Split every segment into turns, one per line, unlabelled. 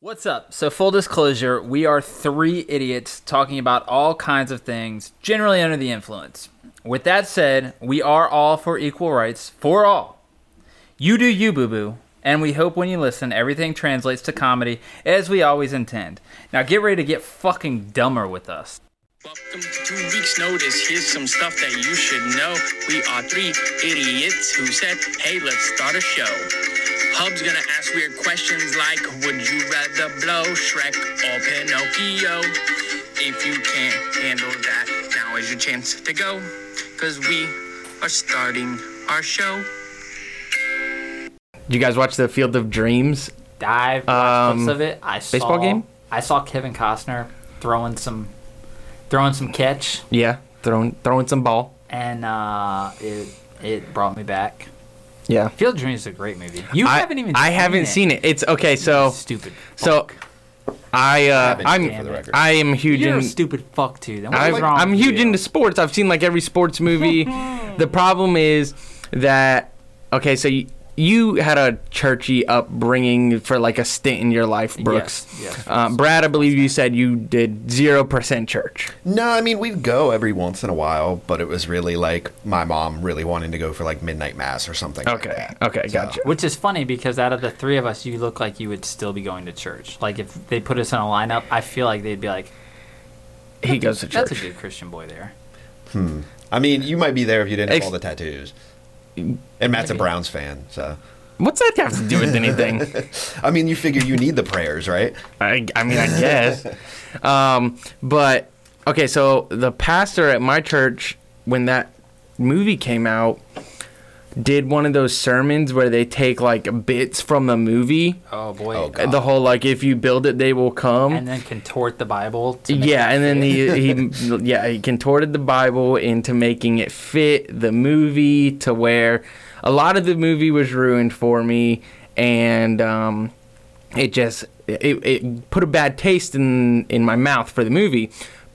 What's up? So, full disclosure, we are three idiots talking about all kinds of things, generally under the influence. With that said, we are all for equal rights for all. You do you, boo boo, and we hope when you listen, everything translates to comedy as we always intend. Now, get ready to get fucking dumber with us.
Welcome to two weeks notice. Here's some stuff that you should know. We are three idiots who said, hey, let's start a show. Hub's gonna ask weird questions like, would you rather blow Shrek or Pinocchio? If you can't handle that, now is your chance to go. Cause we are starting our show.
Did you guys watch the Field of Dreams?
Dive watched clips
Um,
of it. I saw,
baseball game?
I saw Kevin Costner throwing some, throwing some catch,
Yeah, throwing throwing some ball.
and uh, it it brought me back.
Yeah.
Field of Dreams is a great movie. You
I
haven't even.
I haven't seen it. It's okay. So
Stupid.
so
fuck.
I uh,
haven't either, for the
I'm
record.
I am huge
you're a
in
stupid fuck too. Then
I,
what's wrong?
I'm
with
huge
you?
into sports. I've seen like every sports movie. the problem is that okay, so you, you had a churchy upbringing for like a stint in your life, Brooks.
Yes, yes.
Uh, Brad, I believe you said you did zero percent church.
No, I mean we'd go every once in a while, but it was really like my mom really wanting to go for like midnight mass or something. like
Okay.
that.
Okay.
So-
Gotcha.
Which is funny because out of the three of us, you look like you would still be going to church. Like if they put us in a lineup, I feel like they'd be like,
He goes to
"That's a
church.
good Christian boy there."
I mean, you might be there if you didn't have
Ex- Mm.
all the tattoos. And Matt's a Browns fan, so
What's that have to do with anything?
I mean, you figure you need the prayers, right?
I, I mean, I guess. um,
Eh.
but okay, so the pastor at my church, when that movie came out, did one of those sermons where they take like bits from the movie,
Oh boy!
Oh, God.
the whole like if you build it, they will come.
And then contort the Bible. To make
yeah,
it
and then
fit.
he, he yeah he contorted the Bible into making it fit the movie to where a lot of the movie was ruined for me, and um, it just it, it put a bad taste in in my mouth for the movie.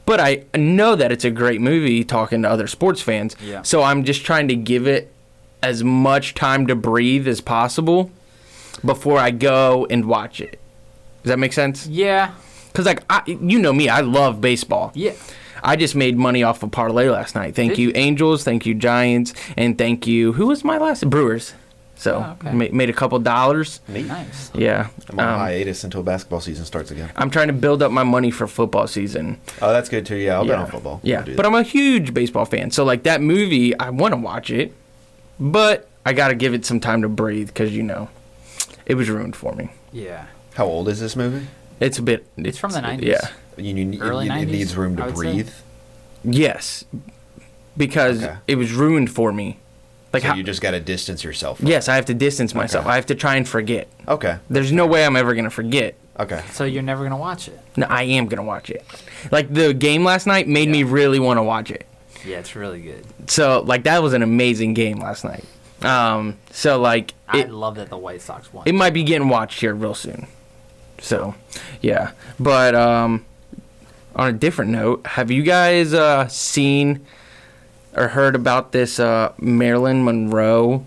But I know that it's a great movie. Talking to other sports fans,
Yeah.
so I'm just trying to give it as much time to breathe as possible before I go and watch it. Does that make sense?
yeah,
Cause like I, you know me, I love baseball.
yeah.
I just made money off of parlay last night. Thank
Did
you,
you?
Angels. Thank you, Giants, and thank you. Who was my last Brewers? So
Oh, okay.
ma- made a couple dollars.
Neat.
Nice.
Yeah,
I'm on
Um,
hiatus until basketball season starts again.
I'm trying to build up my money for football season.
Oh, that's good too. Yeah, I'll
yeah,
bet on football.
Yeah,
We'll do
but
that.
I'm a huge baseball fan. So like that movie, I want to watch it, but I gotta give it some time to breathe because you know, it was ruined for me.
Yeah.
how old is this movie?
It's a bit. It's,
from the 90s.
Yeah.
You, you,
Early
it, it
90s,
needs room
I
to
would say.
breathe.
Yes, because
Okay.
it was ruined for me. Like
so
how,
you just got to distance yourself. From
Yes, I have to distance myself. I have to try and forget.
it. Okay.
There's no way I'm ever gonna forget.
Okay.
So you're never gonna watch it.
No, I am gonna watch it. Like the game last night made me
Yeah.
really want to watch it.
Yeah, it's really good.
So like that was an amazing game last night. Um, so like
I
it,
love that the White Sox won.
it might be getting watched here real soon. So yeah, but um, on a different note, have you guys uh, seen or heard about this uh, Marilyn Monroe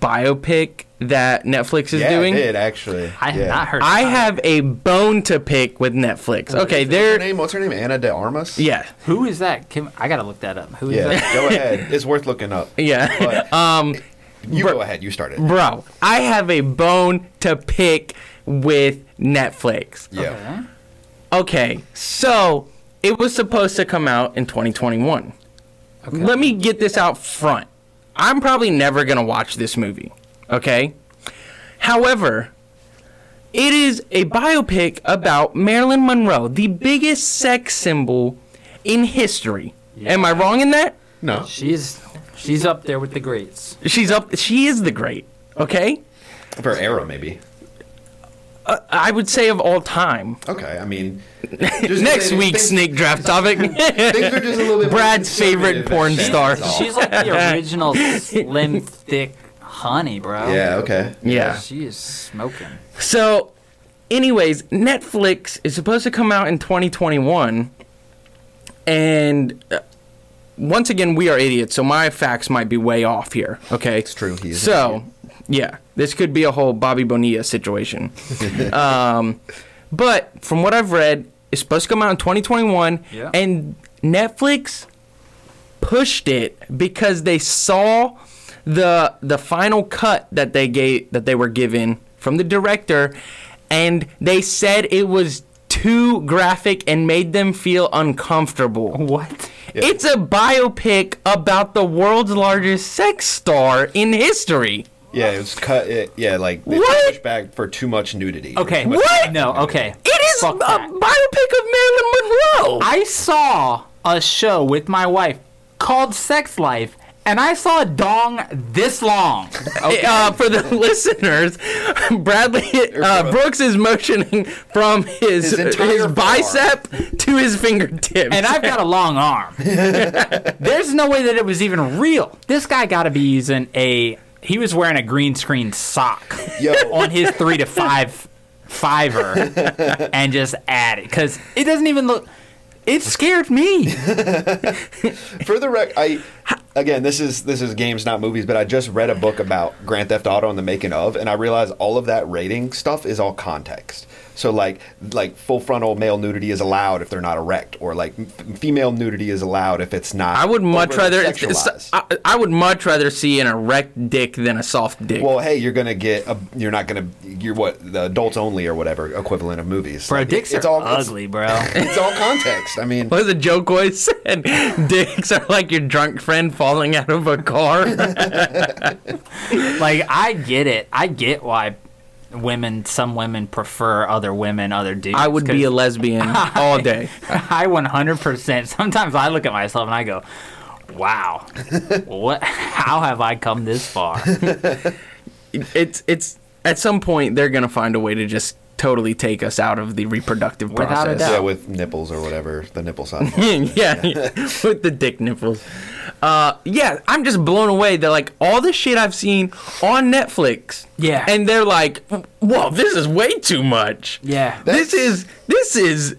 biopic that Netflix is
yeah,
doing?
I did actually.
I have
yeah.
not heard.
I
about it.
have a bone to pick with Netflix. Okay,
What's her
they're
name? What's her name? Anna de Armas.
yeah,
Who is that? Kim, I gotta look that up. Who is that?
Yeah. go ahead. It's worth looking up.
yeah.
But-
um,
You
Bro-
go ahead. You started.
bro, I have a bone to pick with Netflix.
Yeah.
Okay.
Okay, so it was supposed to come out in 2021. Let me get this out front. I'm probably never gonna watch this movie. Okay. However, it is a biopic about Marilyn Monroe, the biggest sex symbol in history. Am I wrong in that?
No.
She's she's up there with the greats.
She's up. She is the great. Okay.
For Arrow, maybe.
I would say of all time.
Okay. I mean,
Next week's snake draft topic.
Things are just a little bit more
Brad's favorite
conservative
porn
than
star.
Shane's.
She's like the original slim, thick honey, bro.
Yeah. Okay.
yeah.
She is smoking.
So, anyways, Netflix is supposed to come out in 2021, and uh, once again, we are idiots. So my facts might be way off here. Okay, it's
true, he is an
so, yeah, this could be a whole Bobby Bonilla situation. um, But from what I've read, it's supposed to come out in 2021,
Yeah.
and Netflix pushed it because they saw the the final cut that they gave that they were given from the director, and they said it was too graphic and made them feel uncomfortable.
What?
It's a biopic about the world's largest sex star in history.
Yeah, it was cut. It, yeah, like they
What?
pushed back for too much nudity.
Okay.
Too much-
What?
No. Okay.
It is
Fuck
a
that.
biopic of Marilyn Monroe.
I saw a show with my wife called Sex Life, and I saw a dong this long.
Uh, for the listeners, Bradley uh, Brooks is motioning from his
His
his,
entire forearm.
bicep to his fingertips.
And I've got a long arm. There's no way that it was even real. This guy got to be using a. He was wearing a green screen sock
Yo,
on his three to five fiver and just add it because it doesn't even look. It scared me.
for the rec, I again, this is this is games, not movies. But I just read a book about Grand Theft Auto and the making of, and I realized all of that rating stuff is all context. So like like full frontal male nudity is allowed if they're not erect, or like f- female nudity is allowed if it's not.
I would much
overly
rather it's, it's,
sexualized.
I, I would much rather see an erect dick than a soft dick.
well, hey, you're gonna get a, you're not gonna you're what the adults only or whatever equivalent of movies.
Bro,
Like,
dicks
it's
are
all, it's-
ugly, bro.
It's, all context. I mean,
What was the joke always said? Dicks are like your drunk friend falling out of a car.
like I get it. I get why women, some women prefer other women, other dudes.
I would be a
'cause
lesbian all day.
I 100%. Sometimes I look at myself and I go, "Wow, what? How have I come this far?"
It's it's at some point they're gonna find a way to just totally take us out of the reproductive
Without a
process.
doubt.
yeah, with nipples or whatever the nipple side.
yeah, with the dick nipples. Uh, yeah, I'm just blown away. They're like all the shit I've seen on Netflix.
Yeah.
and they're like, "Whoa, this is way too much."
Yeah.
this is this is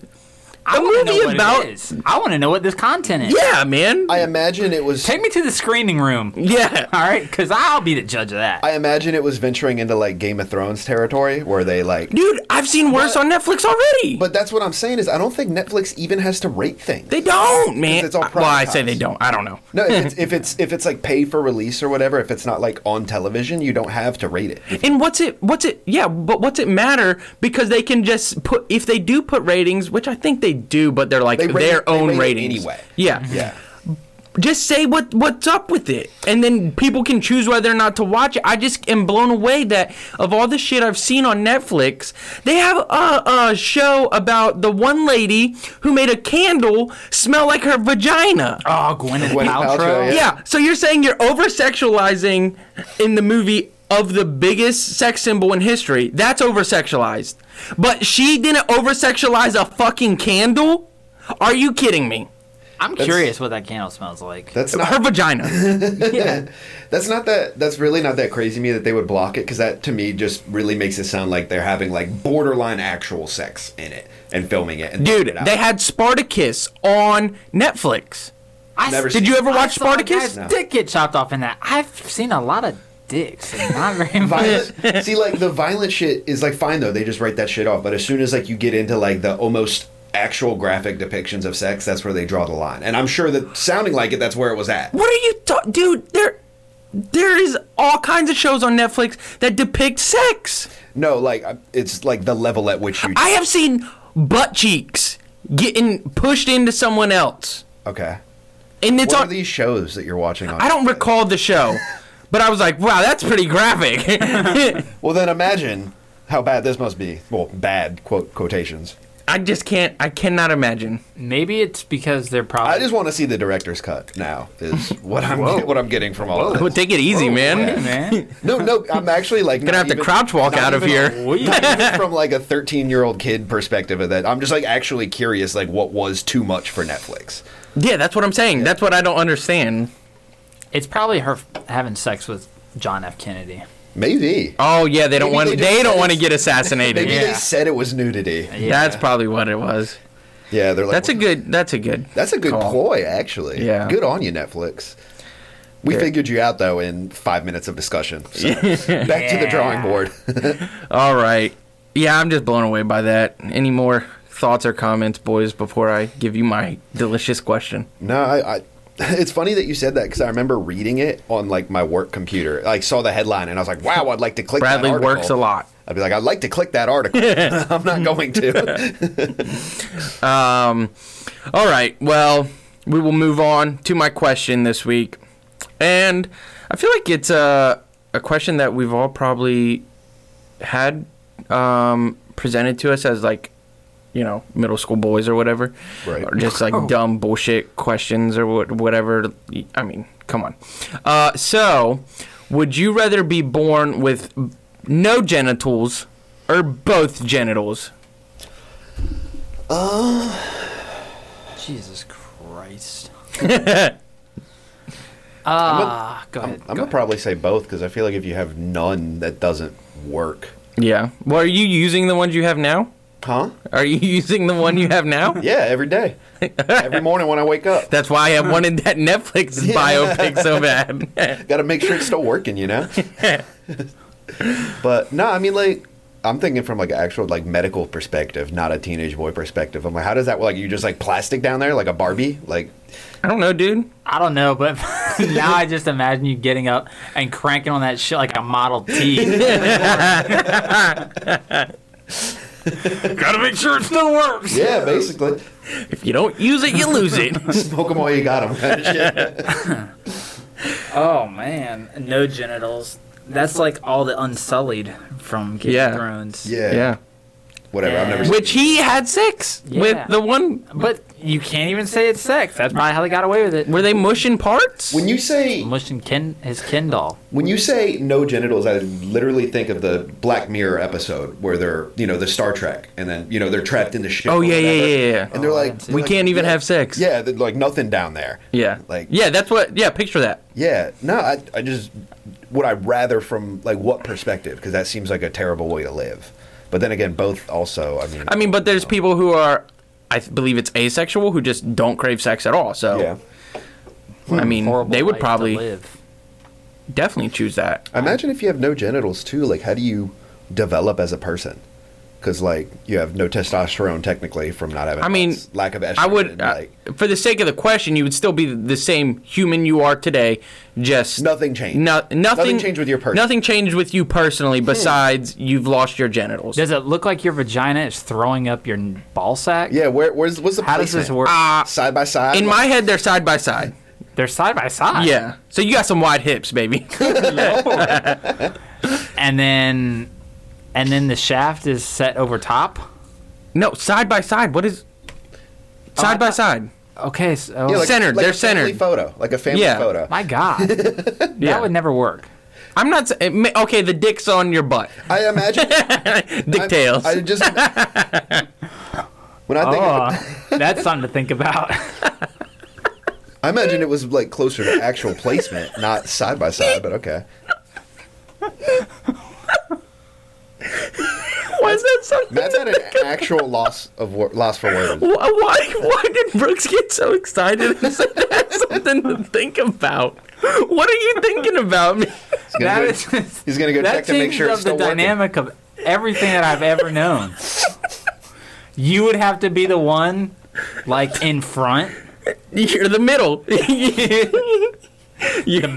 a
I wanna know
movie
what it
about.
is. I want to know what this content is.
Yeah, man.
I imagine it was.
Take me to the screening room.
yeah,
All right, because I'll be the judge of that.
I imagine it was venturing into like Game of Thrones territory where they like.
dude, I've seen worse on Netflix already.
But that's what I'm saying is I don't think Netflix even has to rate things.
they don't, man.
it's all
I- well, I say
privatized.
they don't. I don't know.
no, if it's, if it's if it's like pay for release or whatever, if it's not like on television, you don't have to rate it.
And what's it? What's it? Yeah, but what's it matter? Because they can just put if they do put ratings, which I think they do, but they're like
They rate-
their
they
own
rate it
ratings
anyway.
Yeah, Mm-hmm.
Yeah.
Just say what what's up with it, and then people can choose whether or not to watch it. I just am blown away that of all the shit I've seen on Netflix, they have a, a show about the one lady who made a candle smell like her vagina.
oh, Gwyneth,
Gwyneth
Paltrow.
Paltrow,
yeah.
Yeah, so you're saying you're over sexualizing in the movie of the biggest sex symbol in history. That's over sexualized. But she didn't over sexualize a fucking candle? Are you kidding me?
I'm curious what that candle smells like.
That's not
Her vagina.
that's not that that's really not that crazy to me that they would block it because that to me just really makes it sound like they're having like borderline actual sex in it and filming it. And throwing
Dude,
it out.
they had Spartacus on Netflix.
I
Never
s-
seen
Did you ever
I
watch
saw a
Spartacus?
guy's Dick get chopped off in that. I've seen a lot of dicks, and not very much.
violent. see, like the violent shit is like fine though; they just write that shit off. But as soon as like you get into like the almost actual graphic depictions of sex, that's where they draw the line. And I'm sure that sounding like it, that's where it was at.
What are you ta- dude, there there is all kinds of shows on Netflix that depict sex.
No, like I- it's like the level at which you.
I have seen butt cheeks getting pushed into someone else.
okay.
And it's
What are
on
these shows that you're watching on?
I don't recall the show, but I was like, wow, that's pretty graphic.
Well, then imagine how bad this must be. Well, bad quote quotations.
I just can't, I cannot imagine.
Maybe it's because they're probably.
I just want to see the director's cut now. Is what I'm what I'm getting from all of
Well,
this.
take it easy, man.
man.
No, no, I'm actually like
Gonna
Oh, not
have to
even-
crouch walk
not
out of
even-
here.
not even from like a 13 year old kid perspective of that. I'm just like actually curious, like what was too much for Netflix?
Yeah, that's what I'm saying. That's what I don't understand.
It's probably her f- having sex with John F. Kennedy.
Maybe.
Oh yeah, they don't
Maybe
want
they
they,
just said
don't want to
it's-
get assassinated.
Maybe
Yeah.
they said it was nudity. Yeah,
That's probably what it was.
they're like
That's a
well,
good. That's a good.
that's a good
call.
ploy, actually.
Yeah.
Good on you, Netflix. We figured you out though in five minutes of discussion. So back to the drawing board.
All right. Yeah, I'm just blown away by that. Any more thoughts or comments, boys, before I give you my delicious question?
No, I. I it's funny that you said that because I remember reading it on like my work computer. Like saw the headline and I was like, "Wow, I'd like to click."
Bradley
that article."
works a lot.
I'd be like, "I'd like to click that article." I'm not going to.
Um, all right. Well, we will move on to my question this week, and I feel like it's a a question that we've all probably had um, presented to us as like, you know, middle school boys or whatever,
Right.
or just like dumb bullshit questions or what, whatever. I mean, come on. Uh, so, would you rather be born with no genitals or both genitals?
Jesus Christ.
Ah,
go
I'm, I'm gonna probably say both because I feel like if you have none, that doesn't work.
Yeah. Well, are you using the ones you have now?
Huh?
Are you using the one you have now?
Yeah, every day, every morning when I wake up,
That's why I wanted that Netflix biopic so bad.
got to make sure it's still working, you know. but no, I mean like. I'm thinking from like an actual like medical perspective, not a teenage boy perspective. I'm like, how does that like you just like plastic down there like a Barbie? Like
I don't know, dude.
I don't know, but now I just imagine you getting up and cranking on that shit like a Model T.
Gotta make sure it still works.
yeah, basically,
If you don't use it, you lose it.
smoke them while you got them.
oh man, no genitals. That's like all the unsullied from Game
Yeah.
of Thrones.
Yeah.
yeah.
Whatever. I've never. Seen.
Which he had six
Yeah.
with the one.
But you can't even say it's sex. That's probably how they got away with it.
Were they mushing parts?
When you say
Mushing Ken his Ken doll.
when you say no genitals, I literally think of the Black Mirror episode where they're you know the Star Trek and then you know they're trapped in the ship.
Oh
or
yeah, yeah,
whatever,
yeah, yeah.
And they're
Oh, I
like,
didn't see
they're
we
like,
can't even
yeah,
have sex.
Yeah, they're like nothing down there.
Yeah.
Like
yeah, that's what. Yeah, picture that.
yeah. No, I I just would I rather from like what perspective because that seems like a terrible way to live. But then again, both also. I mean.
I mean, but there's people who are, I th- believe it's asexual, who just don't crave sex at all. So,
Yeah.
I mean,
Horrible
they
life
would
to
probably
live.
definitely choose that.
Imagine if you have no genitals too. Like, how do you develop as a person? Because like you have no testosterone technically from not having.
I mean,
lots- lack of estrogen.
I would, uh,
like
for the sake of the question, you would still be the same human you are today. Just
nothing changed.
No, nothing,
changed with your person. Hmm.
Nothing changed with you personally, besides you've lost your genitals.
Does it look like your vagina is throwing up your n- ball sack?
Yeah, Ah. where, where's what's the
How does this
placement?
work?
Uh,
Side by side.
in my
like-
head, they're side by side.
They're side by side.
Yeah. So you got some wide hips, baby.
And then and then the shaft is set over top.
no, side by side. What is side by side?
Okay, so
Yeah,
Centered,
Like
they're
a family
centered.
Photo, like a family
Yeah.
photo.
my God.
Yeah.
That would never work.
I'm not. s- it may- Okay, the dick's on your butt.
I imagine.
Dick tails.
I just. when I think, of it,
Oh, that's something to think about.
I imagine it was like closer to actual placement, not side by side. But okay.
Why is that something?
Matt's had an actual loss of wor- loss for words.
Wh- Why, why did Brooks get so excited and say that's something to think about? What are you thinking about? man?
He's gonna
That
go,
is-
he's gonna go
that
check to make
changes
sure
up
it's still
the dynamic of everything that I've ever known. you would have to be the one, like in front,
You're the middle.
the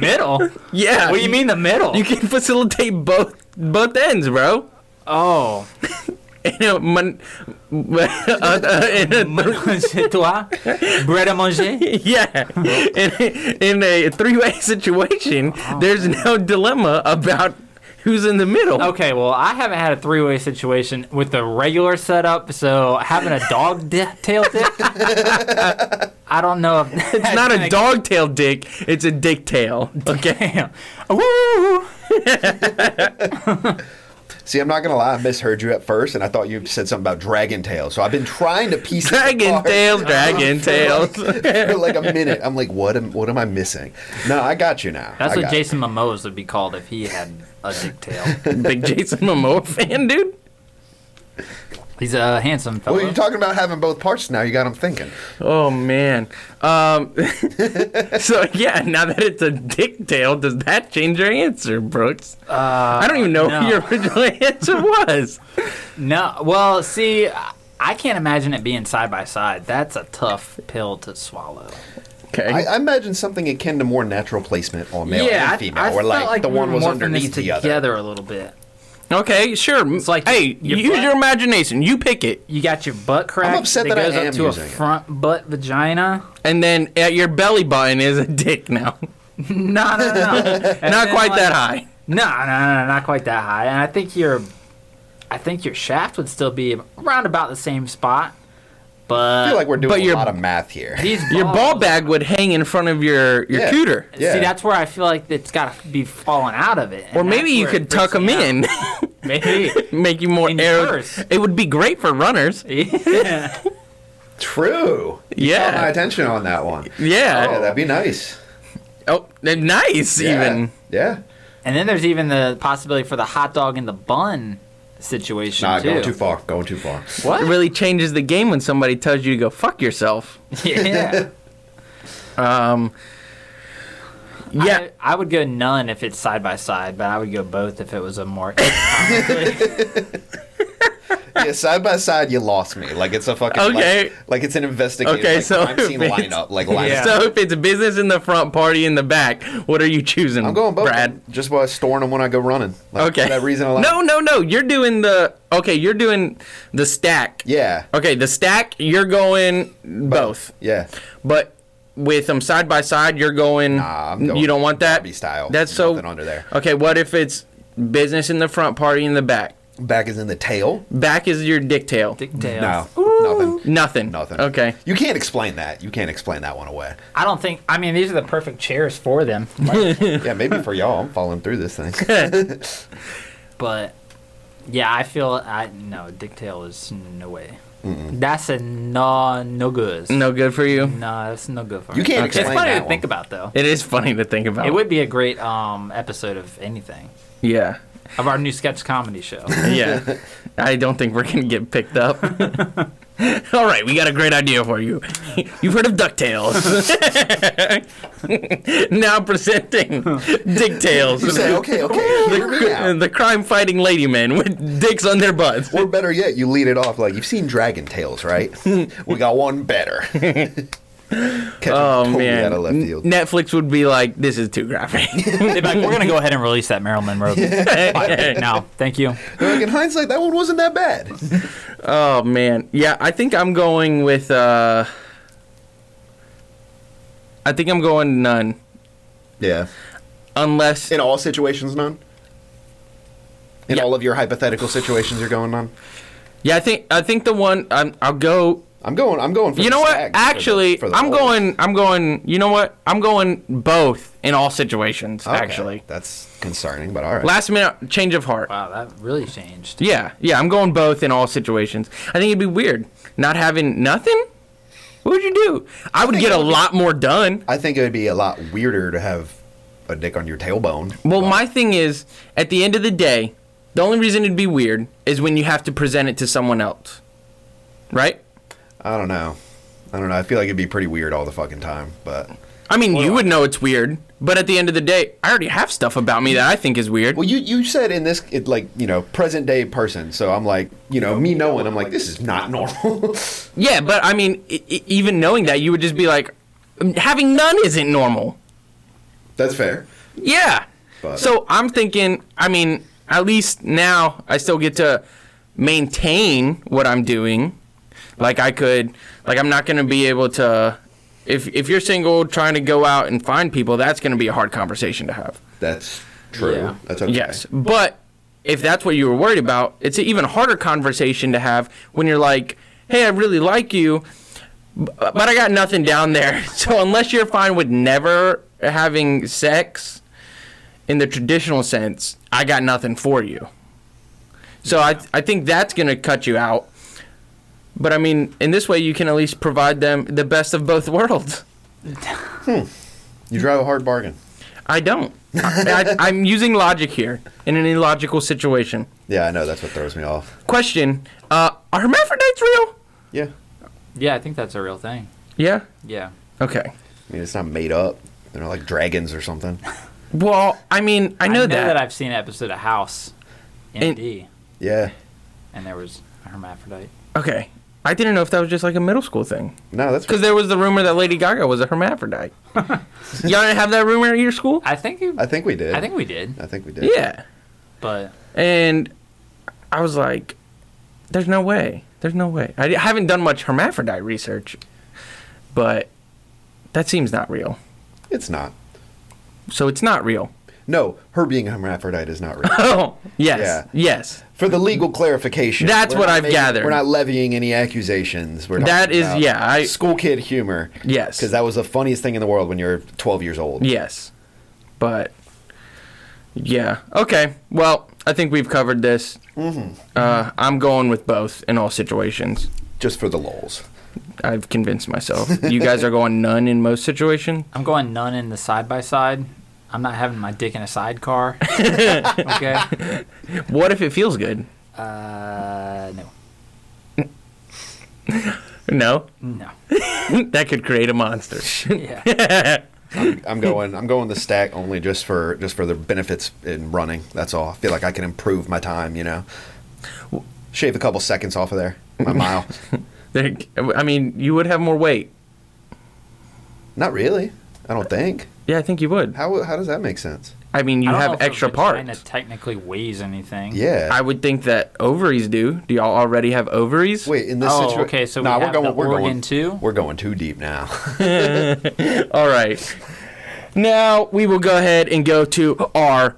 middle.
yeah.
What do you mean the middle?
You can facilitate both both ends, bro.
oh,
In a mon- uh, in a-
c'est toi, bread à manger.
yeah, in, in a three-way situation,
Oh,
there's no dilemma about who's in the middle.
Okay, well, I haven't had a three-way situation with the regular setup, so having a dog di- tail dick, I don't know if that's
It's not a dog tail dick. It's a dick tail. Okay.
Damn. Woo!
See, I'm not gonna lie, I misheard you at first, and I thought you said something about dragon tail. So I've been trying to piece it
Dragon
apart.
tails, dragon tails.
for like a minute. I'm like, what am what am I missing? No, I got you now.
That's
I
what
got
Jason Momoa's would be called if he had a dick tail.
Big Jason Momoa fan, dude.
He's a handsome fellow.
Well, you're talking about having both parts now. You got them thinking.
Oh man. Um, so yeah, now that it's a dick tail, does that change your answer, Brooks? I don't even know
Uh, no.
what your original answer was.
no, well, see, I can't imagine it being side by side. That's a tough pill to swallow.
Okay.
I, I imagine something akin to more natural placement on male
yeah, I-
and female,
I,
where
felt
like, the
we were
one was
morphing these
underneath the other.
together a little bit.
okay, sure. It's
like
like hey,
your
use
butt-
your imagination. You pick it,
You got your butt crack.
upset that I
goes
am
up to a
using it.
front butt vagina.
and then at your belly button is a dick now.
No, no, no. And
Not
then,
quite
like,
that high.
No, no, no, no, not quite that high. And I think your, I think your shaft would still be around about the same spot, but
I feel like we're
But
doing a
your-
lot of math here.
these
Your ball
balls-
bag would hang in front of your your
Yeah.
cooter.
Yeah.
See, that's where I feel like it's got to be falling out of it.
Or maybe you could tuck them in,
Maybe.
make you more
In your
air.
purse.
It would be great for runners.
Oh,
yeah.
True. You
Yeah.
caught my attention on that one. Yeah,
Yeah.
that'd be nice.
Oh, they're nice
Yeah.
even.
Yeah.
And then there's even the possibility for the hot dog in the bun situation
Nah,
too.
going too far. Going too far.
It
What?
really changes the game when somebody tells you to go fuck yourself.
yeah.
Um, yeah,
I, I would go none if it's side by side, but I would go both if it was a more.
yeah, side by side, you lost me. Like it's a fucking like-
Okay.
Like, it's an investigation.
Okay,
like,
so
crime scene
if it's-
lineup. Like lineup.
Yeah.
So if it's business in the front, party in the back, what are you choosing?
I'm going both.
Brad.
Just by storing them when I go running. Like,
Okay.
For that reason alone.
No, no, no. You're doing the okay. You're doing the stack.
Yeah.
Okay, the stack. You're going both,
Yeah.
but with them side by side, you're going.
Nah, I'm going
you don't want that
Barbie style.
That's so.
Nothing under there.
Okay, what if it's business in the front, party in the back?
Back is in the tail.
Back is your dick tail.
Dick tails.
No. Nothing.
Nothing.
Nothing.
Okay.
You can't explain that. You can't explain that one away.
I don't think. I mean, these are the perfect chairs for them.
yeah, maybe for y'all. I'm falling through this thing.
But yeah, I feel I no dick tail is no way. That's a no no good.
No good for you.
no, that's no good for
You
me.
can't
It's
explain
funny
that
to think
one.
about though.
It is funny to think about.
It would be a great um episode of anything
Yeah.
of our new sketch comedy show.
Yeah. I don't think we're gonna get picked up. All right, we got a great idea for you. You've heard of Ducktales. now presenting Dicktails,
You say, okay, okay, hear me
the,
out.
the crime-fighting lady men with dicks on their butts.
Or better yet, you lead it off like you've seen Dragon Tales, right? we got one better. Catch 'em
Oh
totally
man,
out of left field.
Netflix would be like, "This is too graphic."
They'd be like, We're gonna go ahead and release that Marilyn Monroe. But no, thank you.
They're like in hindsight, that one wasn't that bad.
oh man, yeah, I think I'm going with. uh I think I'm going none,
Yeah.
unless
In all situations, none. In
Yeah.
all of your hypothetical situations, you're going none.
Yeah, I think I think the one um, I'll go.
I'm going. I'm going. For
You
the
know what?
stag for the-
Actually,
for the
I'm
whole.
going. I'm going. You know what? I'm going both in all situations.
Okay,
Actually,
that's concerning, but all right.
last minute change of heart.
Wow, that really changed.
Yeah, yeah. I'm going both in all situations. I think it'd be weird not having nothing. What would you do? I would
think
get
it
a
would be-
lot more done.
I think it would be a lot weirder to have a dick on your tailbone.
Well, my thing is, at the end of the day, the only reason it'd be weird is when you have to present it to someone else, right?
I don't know. I don't know. I feel like it'd be pretty weird all the fucking time, but.
I mean, you would know it's weird, but at the end of the day, I already have stuff about me that I think is weird.
Well, you you said in this it, like you know present day person, so I'm like you know me knowing I'm like this is not normal.
Yeah, but I mean, I- I- even knowing that, you would just be like, "Mm, having none isn't normal.
That's fair.
Yeah.
But-
So I'm thinking, I mean, at least now I still get to maintain what I'm doing. Like I could, like I'm not going to be able to. If if you're single, trying to go out and find people, that's going to be a hard conversation to have.
That's true.
Yeah.
That's okay.
Yes, but if that's what you were worried about, it's an even harder conversation to have when you're like, "Hey, I really like you, b- but I got nothing down there." So unless you're fine with never having sex in the traditional sense, I got nothing for you. So I I think that's gonna cut you out. But I mean, in this way, you can at least provide them the best of both worlds.
You drive a hard bargain.
I don't. I, I, I'm using logic here in an illogical situation.
Yeah, I know that's what throws me off.
Question: uh, Are hermaphrodites real?
Yeah,
Yeah, I think that's a real thing.
Yeah.
Yeah.
Okay.
I mean it's not made up. They're not like dragons or something.
Well, I mean, I know, that.
I've seen an episode of House,
And-
ND, and,
Yeah,
there was a hermaphrodite.
okay. I didn't know if that was just like a middle school thing.
no, that's
Because there was the rumor that Lady Gaga was a hermaphrodite. Y'all didn't have that rumor at your school?
I think you,
I think we did.
I think we did,
I think we did.
Yeah.
but
And I was like, there's no way. There's no way. I haven't done much hermaphrodite research, but that seems not real.
it's not.
So it's not real.
No, her being a hermaphrodite is not real.
Oh, yes.
Yeah.
Yes.
For the legal clarification,
That's
we're
what
not
I've gathered.
We're not levying any accusations. We're
That
talking
is-
about
yeah, I-
school kid humor.
Yes.
because that was the funniest thing in the world when you're 12 years old.
Yes. But yeah. Okay. Well, I think we've covered this. Uh, I'm going with both in all situations.
just for the lols.
I've convinced myself. You guys are going none in most situations.
I'm going none in the side by side. I'm not having my dick in a sidecar. okay.
What if it feels good?
Uh, no,
No,
no.
that could create a monster.
Yeah.
I'm going. I'm going the stack only just for just for the benefits in running. That's all. I feel like I can improve my time. You know, shave a couple seconds off of there. My mile.
There- I mean, you would have more weight.
Not really. I don't think.
Yeah, I think you would.
How how does that make sense?
I mean, you
I don't know
have
if a
extra
vagina
parts.
technically weighs anything.
Yeah.
I would think that ovaries do. Do y'all already have ovaries?
Wait in this
Oh,
situation.
okay, so we have the organ too?
We're going too deep now.
All right. Now we will go ahead and go to our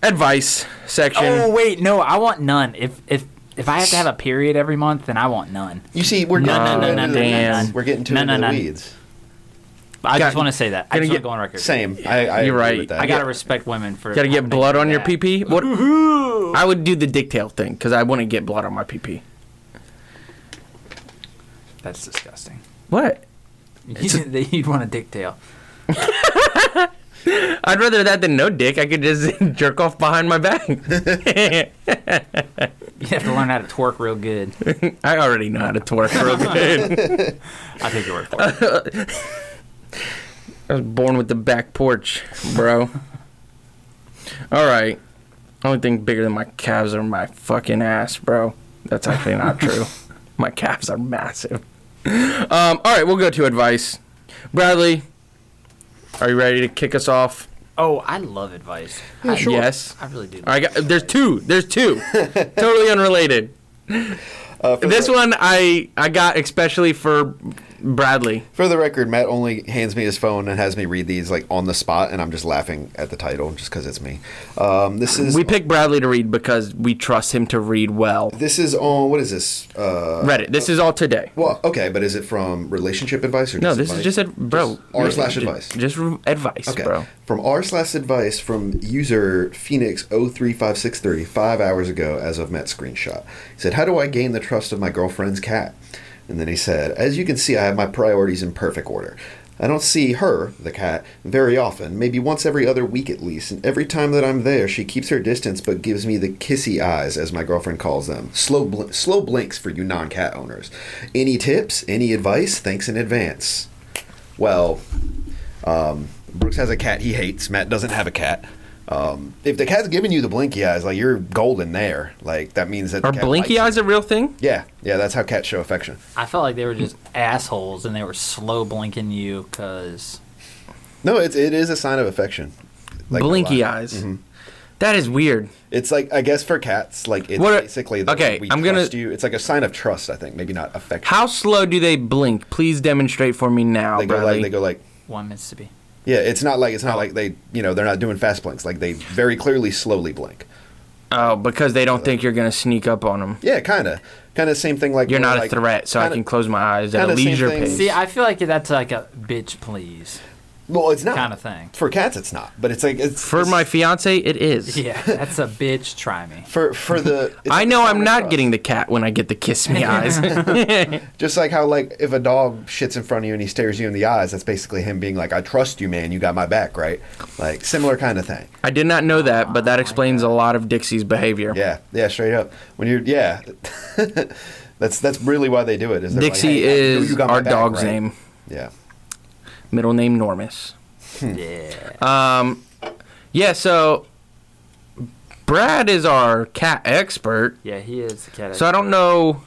advice section.
Oh wait, no. I want none. If if if I have to have a period every month, then I want none.
you see, we're getting
No,
too
no,
into
no,
the
no, no,
weeds.
no.
We're getting too
No,
into
no,
the
no.
weeds.
I just
Got-
want to say that. I just
gotta
want
get-
to go on record.
Same. I, I
You're
agree
right.
With that.
I gotta respect women for.
Gotta
not
get blood
making
on your
that.
PP. What? I would do the dick tail thing because I wouldn't get blood on my PP.
That's disgusting.
What?
You'd want a dick tail.
I'd rather that than no dick. I could just jerk off behind my back.
You have to learn how to twerk real good.
I already know how to twerk real good.
I take your word for it.
I was born with the back porch, bro. All right. Only thing bigger than my calves are my fucking ass, bro. That's actually not true. my calves are massive. Um, all right, we'll go to advice. Bradley, are you ready to kick us off?
Oh, I love advice. I,
Yes.
I really do.
All right, got, there's two. There's two. totally unrelated.
Uh, for
This
the,
one I I got especially for Bradley.
For the record, Matt only hands me his phone and has me read these like on the spot, and I'm just laughing at the title just because it's me. Um, this is
We picked Bradley to read because we trust him to read well.
This is on what is this? Uh,
Reddit. This is all today.
well, okay, but is it from relationship advice or
No,
just
this
advice?
is just a bro.
R slash
ju-
advice.
Just r- advice,
okay.
bro.
From r slash advice from user Phoenix 035630 five hours ago as of Matt's screenshot. He said, "How do I gain the trust of my girlfriend's cat?" And then he said, "As you can see, I have my priorities in perfect order." I don't see her, the cat, very often, maybe once every other week at least, and every time that I'm there, she keeps her distance but gives me the kissy eyes, as my girlfriend calls them. Slow, bl- slow blinks for you non cat owners. Any tips? Any advice? Thanks in advance. Well, Brooks has a cat he hates. Matt doesn't have a cat. Um, if the cat's giving you the blinky eyes, like you're golden there. Like that means that the
Are
cat
blinky
likes
eyes a real thing?
you. Yeah, yeah. That's how cats show affection.
I felt like they were just assholes and they were slow blinking you because
No, it's it is a sign of affection. Like,
blinky
a Mm-hmm. lot.
eyes. That is weird.
It's like I guess for cats, like it's
What are-
basically the,
okay,
We
I'm gonna-
trust you. It's like a sign of trust. I think maybe not affection.
How slow do they blink? Please demonstrate for me now,
they go
Bradley.
like they go like.
one Mississippi.
Yeah, it's not like it's
Oh.
not like they you know they're not doing fast blinks. Like they very clearly slowly blink.
oh, because they don't think you're gonna sneak up on them.
Yeah, kind of, kind of same thing. Like
You're
more
not
like-
a threat, so I
kinda-
can close my eyes at a
kinda same
leisure
thing.
pace.
See, I feel like that's like a bitch please.
Well, it's not
Kinda thing.
For cats, it's not, but it's like it's
For
it's-
my fiance, it is.
Yeah, that's a bitch. Try me.
for for the. it's
I
like
know I'm
fingers
not
crossed.
getting the cat when I get the kiss me eyes.
Just like how like if a dog shits in front of you and he stares you in the eyes, that's basically him being like, "I trust you, man. You got my back, right?" Like similar kind of thing.
I did not know that, but
Ah,
that explains a lot of Dixie's behavior.
Yeah, yeah, straight up. When you're yeah, that's that's really why they do it. Is they're like,
Dixie
"Hey, I know
is
you got my
our
back,
dog's
right?"
name,
Yeah.
middle name Normus. Um,
Yeah.
Yeah, so Brad is our cat expert,
yeah, he is a cat.
so I don't know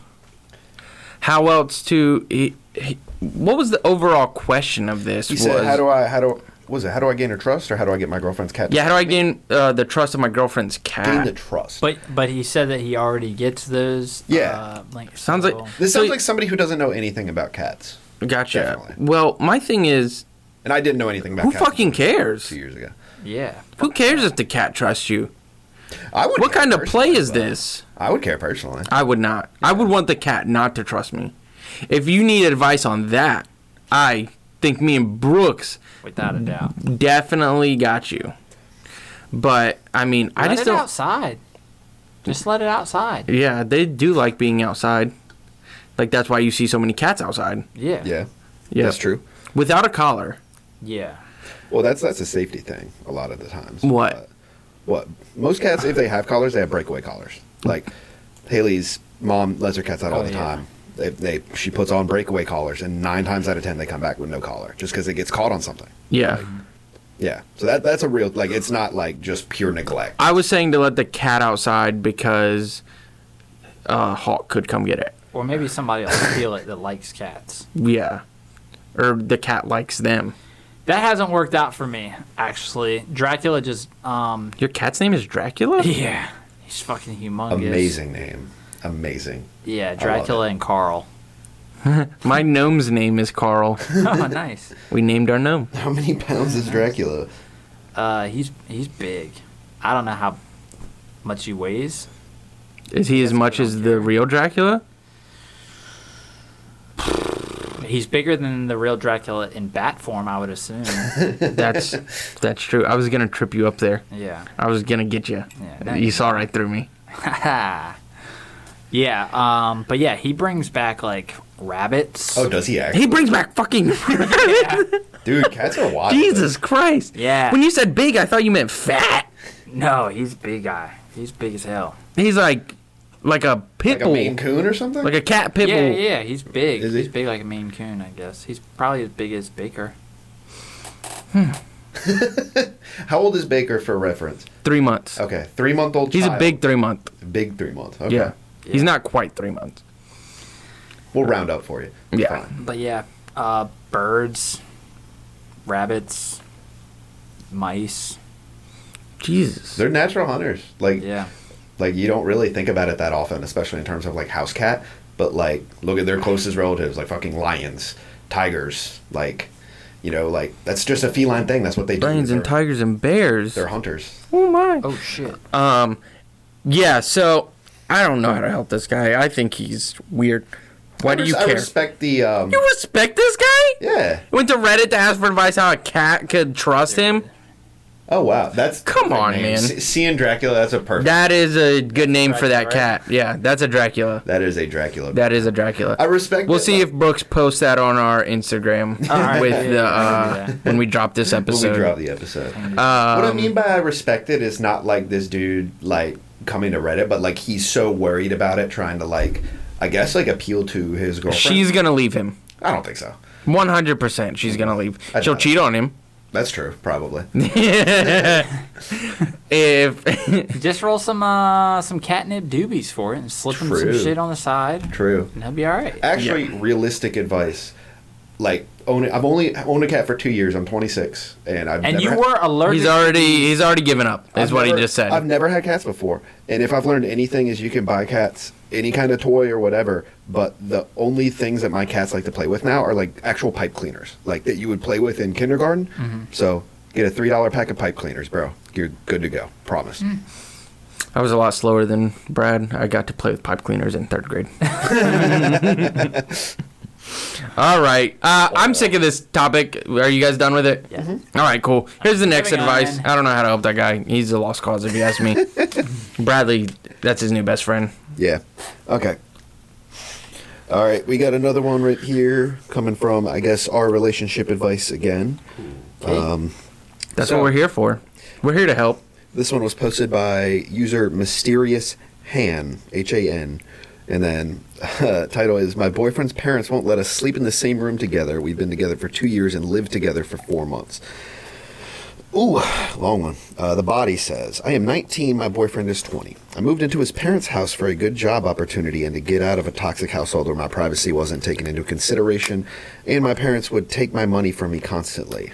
how else to. He, he, what was the overall question of this?
He
was,
said, "How do I? How do? what Was it? How do I gain her trust, or how do I get my girlfriend's cat?
yeah, how do I gain uh, the trust of my girlfriend's cat?
gain the trust?
but but he said that he already gets those.
Yeah.
Uh, like,
Sounds like-
so-
this
so
sounds
y-
like somebody who doesn't know anything about cats,
gotcha.
Definitely.
Well, my thing is,
and I didn't know anything about
who
cats
fucking cares?
two years ago.
yeah.
Who cares if the cat trusts you?
I would.
What
care
kind of play
personally,
is
but-
this?
I would care personally.
I would not. I would want the cat not to trust me. If you need advice on that, I think me and Brooks
Without a doubt.
definitely got you. But I mean, I
let
just
it
don't.
outside. Just let it outside.
Yeah, they do like being outside. Like that's why you see so many cats outside.
Yeah.
Yeah,
Yeah,
that's true.
Without a collar,
Yeah.
Well, that's that's a safety thing a lot of the times.
What?
Uh, what? Most cats, if they have collars, they have breakaway collars. Like Haley's mom lets her cats out all
Oh,
the
yeah.
time. They, they she puts on breakaway collars, and nine times out of ten, they come back with no collar, just because it gets caught on something.
yeah.
Yeah, so that that's a real like. It's not like just pure neglect.
I was saying to let the cat outside because uh, Hawk could come get it.
Or maybe somebody will steal it that likes cats.
Yeah, or the cat likes them.
That hasn't worked out for me, actually. Dracula just, um,
Your cat's name is Dracula.
yeah, he's fucking humongous.
Amazing name, amazing.
Yeah, Dracula and Carl.
My gnome's name is Carl.
oh, nice.
We named our gnome.
How many pounds is Dracula?
Uh, he's he's big. I don't know how much he weighs.
Is he as much as the real Dracula?
He's bigger than the real Dracula in bat form, I would assume.
That's that's true. I was gonna trip you up there.
yeah.
I was gonna get you.
Yeah, nice.
You saw right through me.
yeah. Um, but yeah, he brings back like rabbits.
Oh, does he actually?
He brings back fucking
Dude, cats are wild.
Jesus Christ.
Yeah.
When you said big, I thought you meant fat.
no, he's big guy. He's big as hell.
He's like like a pit
like a
bull.
Maine Coon or something.
Like a cat pit
Yeah,
bull.
yeah, he's big.
Is he?
He's big like a Maine Coon, I guess. He's probably as big as Baker.
How old is Baker for reference?
Three months.
Okay, three month old.
He's a big three month.
big three month. Okay.
Yeah.
Yeah.
He's not quite three months.
We'll round up for you.
Yeah.
Fine.
But yeah, uh, birds, rabbits, mice.
Jesus.
They're natural hunters. Like
Yeah,
like you don't really think about it that often, especially in terms of like house cat. But like look at their closest relatives, like fucking lions, tigers, like you know, like that's just a feline thing. That's what they do.
Lions and
They're-
tigers and bears.
They're hunters.
Oh my.
Oh shit.
Um, Yeah, so I don't know how to help this guy. I think he's weird. Why do you
I
care?
respect the um
you respect this guy?
Yeah.
Went to Reddit to ask for advice how a cat could trust him.
Oh wow. That's
Come on, man.
Se- seeing Dracula, that's a perfect
That is a good name for that
Dracula,
cat. Yeah, that's a Dracula.
that is a Dracula.
That is a Dracula.
I respect
We'll
it,
see
like-
if Brooks posts that on our Instagram
right,
with
yeah,
the
yeah,
uh,
yeah.
when we drop this
when we
episode.
drop the episode. what I mean by I respect it is not like this dude like coming to Reddit, but like he's so worried about it, trying to like, I guess like appeal to his girlfriend.
She's gonna leave him.
I don't think so.
One hundred percent. She's gonna leave.
I
She'll
doubt it.
cheat on him.
That's true, probably.
If
Just roll some uh, some catnip doobies for it and slip him some
True.
shit on the side,
True.
and he'll be all right.
Actually, realistic advice. Like owning, I've only owned a cat for two years. I'm 26, and I've
And
never
you
had-
were allergic.
he's already he's already given up. Is
I've
what
never-
he just said.
I've never had cats before, and if I've learned anything is you can buy cats any kind of toy or whatever, but the only things that my cats like to play with now are like actual pipe cleaners, like that you would play with in kindergarten.
Mm-hmm.
So get a three dollar pack of pipe cleaners, bro. You're good to go. Promise.
Mm. I was a lot slower than Brad. I got to play with pipe cleaners in third grade. All right. Uh, I'm sick of this topic. Are you guys done with it?
Yes.
All right, cool. Here's the next
Moving
advice.
on.
I don't know how to help that guy. He's a lost cause if you ask me. Bradley, that's his new best friend.
Yeah. Okay. All right, we got another one right here coming from, I guess, our relationship advice again. Um,
That's what we're here for. We're here to help.
this one was posted by user Mysterious Han, H A N. And then, uh, title is My Boyfriend's Parents Won't Let Us Sleep in the Same Room Together. We've been together for two years and lived together for four months. Ooh, long one. Uh, the body says, I am 19, my boyfriend is 20. I moved into his parents' house for a good job opportunity and to get out of a toxic household where my privacy wasn't taken into consideration, and my parents would take my money from me constantly.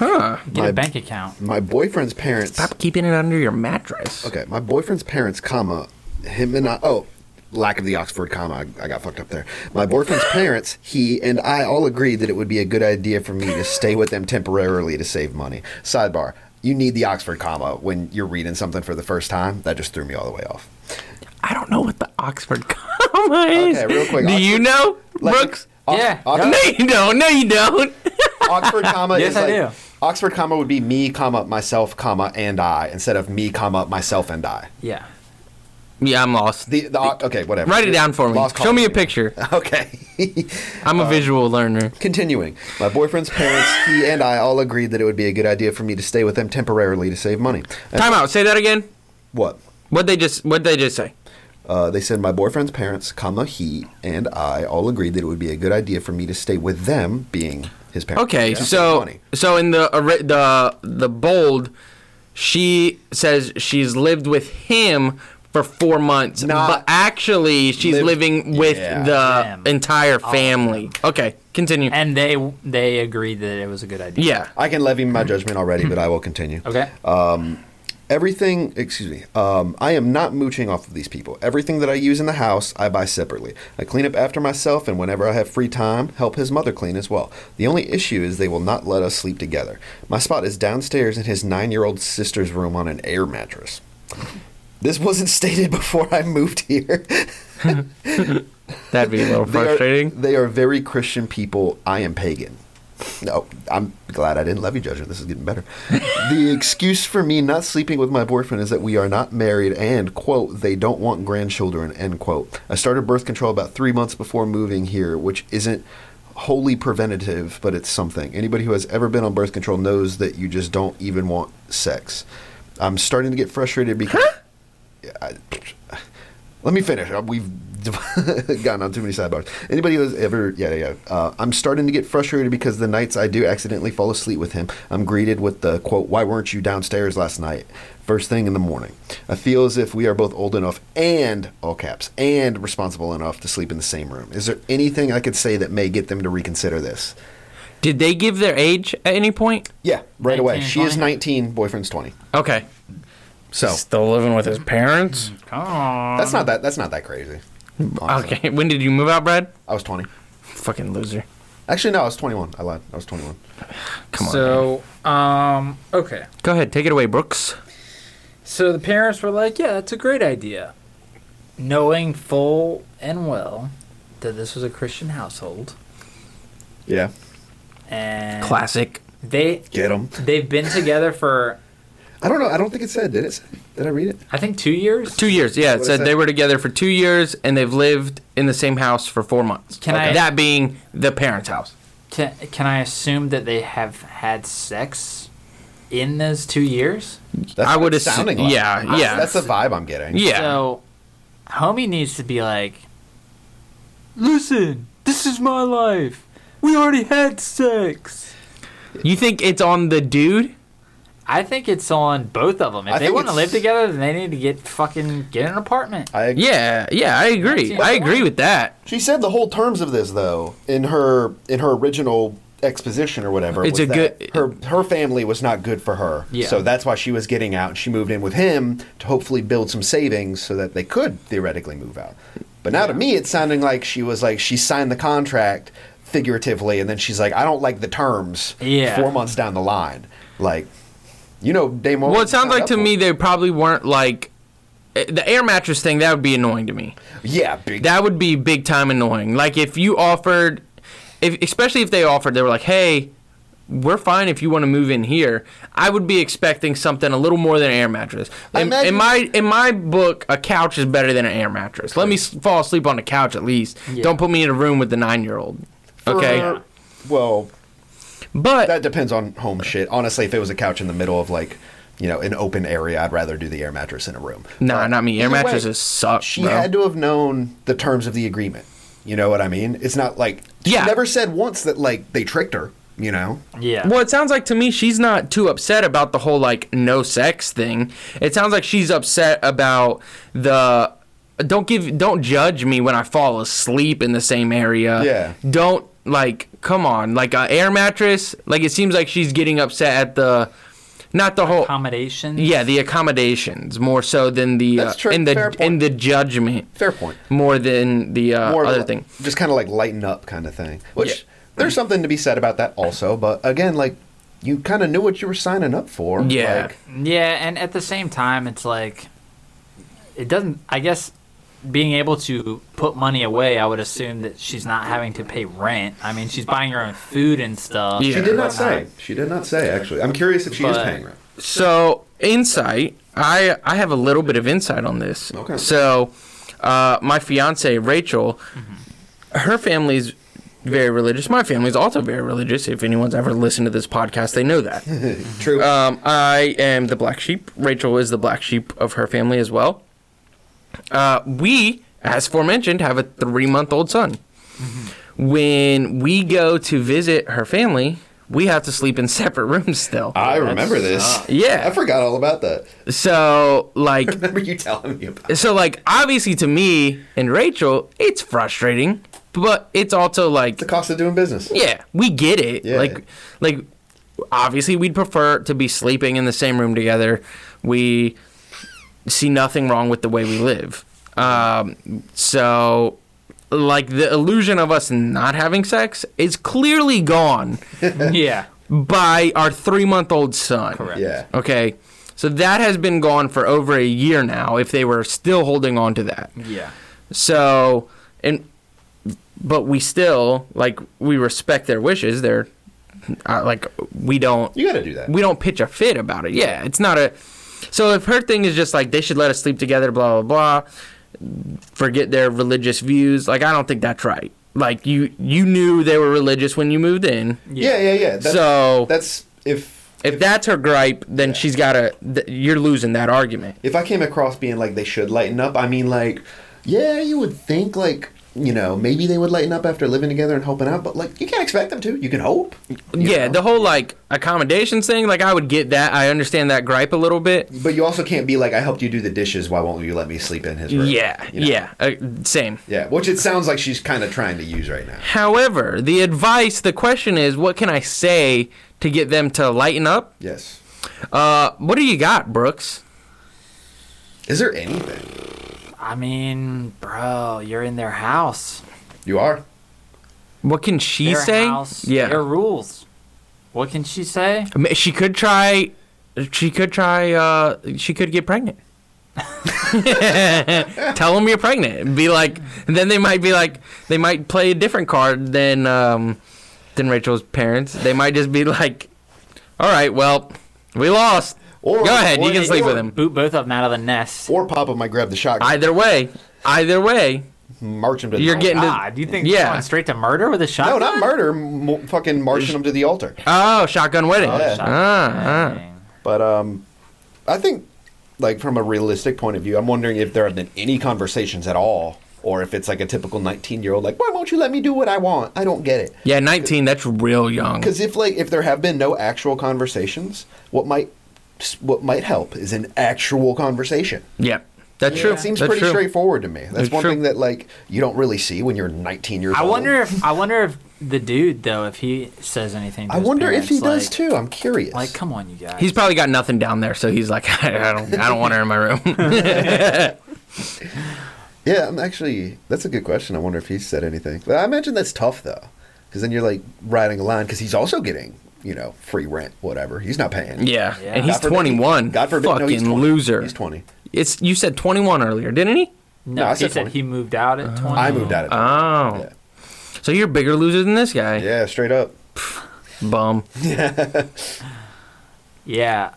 Get
My-
a bank account.
My boyfriend's parents.
Stop keeping it under your mattress.
Okay, my boyfriend's parents, comma, him and I. Oh, lack of the Oxford comma. I, I got fucked up there. My boyfriend's parents, he and I all agreed that it would be a good idea for me to stay with them temporarily to save money. Sidebar: You need the Oxford comma when you're reading something for the first time. That just threw me all the way off.
I don't know what the Oxford comma is.
Okay, real quick,
Do
Oxford-
you know,
Like,
Brooks?
Ox-
Yeah.
Ox-
no, you don't. No, you don't.
Oxford comma
Yes,
is
I
like,
do.
Oxford comma would be me comma myself comma and I instead of me comma myself and I.
Yeah.
yeah, I'm lost.
The, the okay whatever.
Write it down for me.
Lost Uh,
Show me a
cause.
picture.
Okay.
I'm a visual learner.
Continuing, my boyfriend's parents, he and I all agreed that it would be a good idea for me to stay with them temporarily to save money. And
Time out. Say that again.
what?
What they just what they just say?
Uh, they said my boyfriend's parents, comma he and I all agreed that it would be a good idea for me to stay with them, being his parents.
Okay,
to save
so
money.
so in the ori- the the bold, she says she's lived with him for four months,
Not
but actually she's
lived-
living with
yeah.
the
Them.
entire
of
family. Okay, continue.
And they they agreed that it was a good idea.
yeah,
I can levy my judgment already, but I will continue.
Okay.
Uh,
Everything, excuse me, um, I am not mooching off of these people. Everything that I use in the house, I buy separately. I clean up after myself, and whenever I have free time, help his mother clean as well. The only issue is they will not let us sleep together. My spot is downstairs in his nine year old sister's room on an air mattress. This wasn't stated before I moved here.
that'd be a little
They are-
frustrating.
They are, very Christian people. I am pagan. No, I'm glad I didn't levy judgment. This is getting better. the excuse for me not sleeping with my boyfriend is that we are not married and, quote, they don't want grandchildren, end quote. I started birth control about three months before moving here, which isn't wholly preventative, but it's something. Anybody who has ever been on birth control knows that you just don't even want sex. I'm starting to get frustrated because. I, let me finish. Uh, We've gotten on too many sidebars. Anybody who's ever, yeah, yeah. Uh, I'm starting to get frustrated because the nights I do accidentally fall asleep with him, I'm greeted with the quote, "Why weren't you downstairs last night?" First thing in the morning. I feel as if we are both old enough and all caps and responsible enough to sleep in the same room. Is there anything I could say that may get them to reconsider this?
Did they give their age at any point?
Yeah, right away.
19 and
She is
20.
19. Boyfriend's 20.
Okay,
So
still living with his parents.
Come on.
that's not that. That's not that crazy. honestly.
Okay, when did you move out, Brad?
I was 20.
Fucking loser.
Actually, no, I was 21. I lied. I was 21.
Come on. man.
So, um, okay.
go ahead, take it away, Brooks.
So the parents were like, "Yeah, that's a great idea," knowing full and well that this was a Christian household,
Yeah.
and
Classic.
they
Get them.
they've been together for
I don't know. I don't think it said. Did it? Say? Did I read it?
I think two years.
Two years, yeah. It
What is
said
that?
they were together for two years and they've lived in the same house for four months.
Can I-
That being the parents' house.
Can, can I assume that they have had sex in those two years?
That's
I
what
would
it's
assu-
sounding like.
yeah,
That's-
yeah.
That's the vibe I'm getting.
Yeah.
So, homie needs to be like, "Listen, this is my life. We already had sex."
you think it's on the dude?
I think it's on both of them. If
I
they
think
want to
it's-
live together, then they need to get fucking get an apartment.
I,
Yeah, yeah, I agree.
That's-
I agree with that.
She said the whole terms of this though in her in her original exposition or whatever.
It's
was
a
that
good-
Her her family was not good for her.
Yeah.
So that's why she was getting out. and She moved in with him to hopefully build some savings so that they could theoretically move out. But now to me, it's sounding like she was like she signed the contract figuratively, and then she's like, I don't like the terms.
Yeah.
Four months down the line, like. You know, Dame
Well, it sounds like to me they probably weren't like eh, the air mattress thing. That would be annoying to me.
Yeah, big
That would be big time annoying. Like if you offered if, especially if they offered, they were like, "Hey, we're fine if you want to move in here." I would be expecting something a little more than an air mattress.
I
In, in
imagine-
my in my book, a couch is better than an air mattress. Let me s- fall asleep on the couch at least. Don't put me in a room with the nine year old. Okay,
For- Well,
but
that depends on home shit. Honestly, if it was a couch in the middle of like, you know, an open area, I'd rather do the air mattress in a room.
nah, not me. Air
Either way,
mattresses suck,
She
bro.
had to have known the terms of the agreement. You know what I mean? It's not like
Yeah.
she never said once that like they tricked her. You know?
Yeah.
Well, it sounds like to me she's not too upset about the whole like no sex thing. It sounds like she's upset about the don't give don't judge me when I fall asleep in the same area.
Yeah.
Don't like come on like a air mattress. Like it seems like she's getting upset at the not the whole
Accommodations.
yeah the accommodations more so than the uh,
That's true.
in
Fair
the
point.
in the judgment
Fair point.
more than the uh,
More of a
other
li-
thing.
just kind of like lighten up kind of thing. Which
Yeah.
there's something to be said about that also. But again, like you kind of knew what you were signing up for.
Yeah.
Like,
Yeah, and at the same time, it's like it doesn't. I guess being able to put money away, I would assume that she's not having to pay rent. I mean, she's buying her own food and stuff.
Yeah.
she did not say. She did not say. Actually, I'm curious if she is
But-
paying rent.
So insight, I I have a little bit of insight on this.
Okay.
So, uh, my fiance Rachel, her family's very religious. My family's also very religious. If anyone's ever listened to this podcast, they know that.
True.
Um, I am the black sheep. Rachel is the black sheep of her family as well. Uh, we, as forementioned, have a three month old son. When we go to visit her family, we have to sleep in separate rooms still.
I remember this.
Yeah.
I forgot all about that.
so, like,
Remember you telling me about?
so like obviously to me and Rachel, it's frustrating, but it's also like
The cost of doing business.
yeah, we get it.
Yeah.
Like like obviously we'd prefer to be sleeping in the same room together. We see nothing wrong with the way we live. Um so like the illusion of us not having sex is clearly gone
yeah.
by our 3-month-old son.
Correct.
Yeah.
Okay. So that has been gone for over a year now if they were still holding on to that.
Yeah.
So and but we still like we respect their wishes. They're uh, like we don't
You got to do that.
we don't pitch a fit about it. Yeah, it's not a So if her thing is just like they should let us sleep together blah blah blah forget their religious views. Like I don't think that's right. Like you you knew they were religious when you moved in.
yeah, yeah, yeah. That's,
So-
that's if
If, that's her gripe, then she's got to th- you're losing that argument.
if I came across being like they should lighten up, I mean like yeah, you would think like you know maybe they would lighten up after living together and helping out, but like you can't expect them to. You can hope.
Yeah, the whole like accommodations thing, like I would get that. I understand that gripe a little bit.
But you also can't be like I helped you do the dishes. Why won't you let me sleep in his room?
Yeah,
You know?
yeah, uh, same.
yeah. Which it sounds like she's kind of trying to use right now.
However, the advice, the question is, what can I say to get them to lighten up?
Yes.
Uh, what do you got, Brooks?
Is there anything
I mean, bro, you're in their house.
you are?
What can she
their
say?
house. Their
yeah,
rules. What can she say?
I mean, she could try. She could try. Uh, she could get pregnant. Tell them you're pregnant. and Be like, and then they might be like, they might play a different card than um, than Rachel's parents. They might just be like, all right, well, we lost.
Or-
Go ahead, you
or-
can sleep with
or-
him.
Boot both of them out of the nest.
Or Papa might grab the shotgun,
Either way, either way,
march him to the
you're
altar.
getting to-
God, Ah, do you think
Yeah.
yeah. going straight to murder with a
no,
shotgun?
not murder, m- fucking marching him to the altar.
oh, shotgun wedding.
yeah.
Ah,
Uh,
ah.
But um, I think, like from a realistic point of view, I'm wondering if there have been any conversations at all, or if it's like a typical 19 year old, like, why won't you let me do what I want? I don't get it.
Yeah, 19. That's real young.
Because if like if there have been no actual conversations, what might what might help is an actual conversation.
Yeah, that's true.
It seems
that's
pretty
true.
straightforward to me. That's
That's
one
true.
thing that like you don't really see when you're 19 years
I
old.
wonder if I wonder if the dude though if he says anything. To
I
his
wonder if
parents,
he does
like-
too. I'm curious.
Like, come on, you guys.
He's probably got nothing down there, so he's like, I don't, I don't want her in my room.
Yeah, I'm actually. That's a good question. I wonder if he said anything. But I imagine that's tough though, because then you're like riding a line because he's also getting you know free rent, whatever. He's not paying.
yeah.
Yeah.
and he's
God forbid-
21.
God forbid.
fucking
no, he's 20.
loser.
He's 20.
It's you said 21 earlier, didn't he?
no,
no, I
he
said Uh,
said
20.
he moved out at twenty.
I moved out of.
Oh, so
Yeah.
So you're bigger loser than this guy.
Yeah, straight up.
Bum.
Yeah,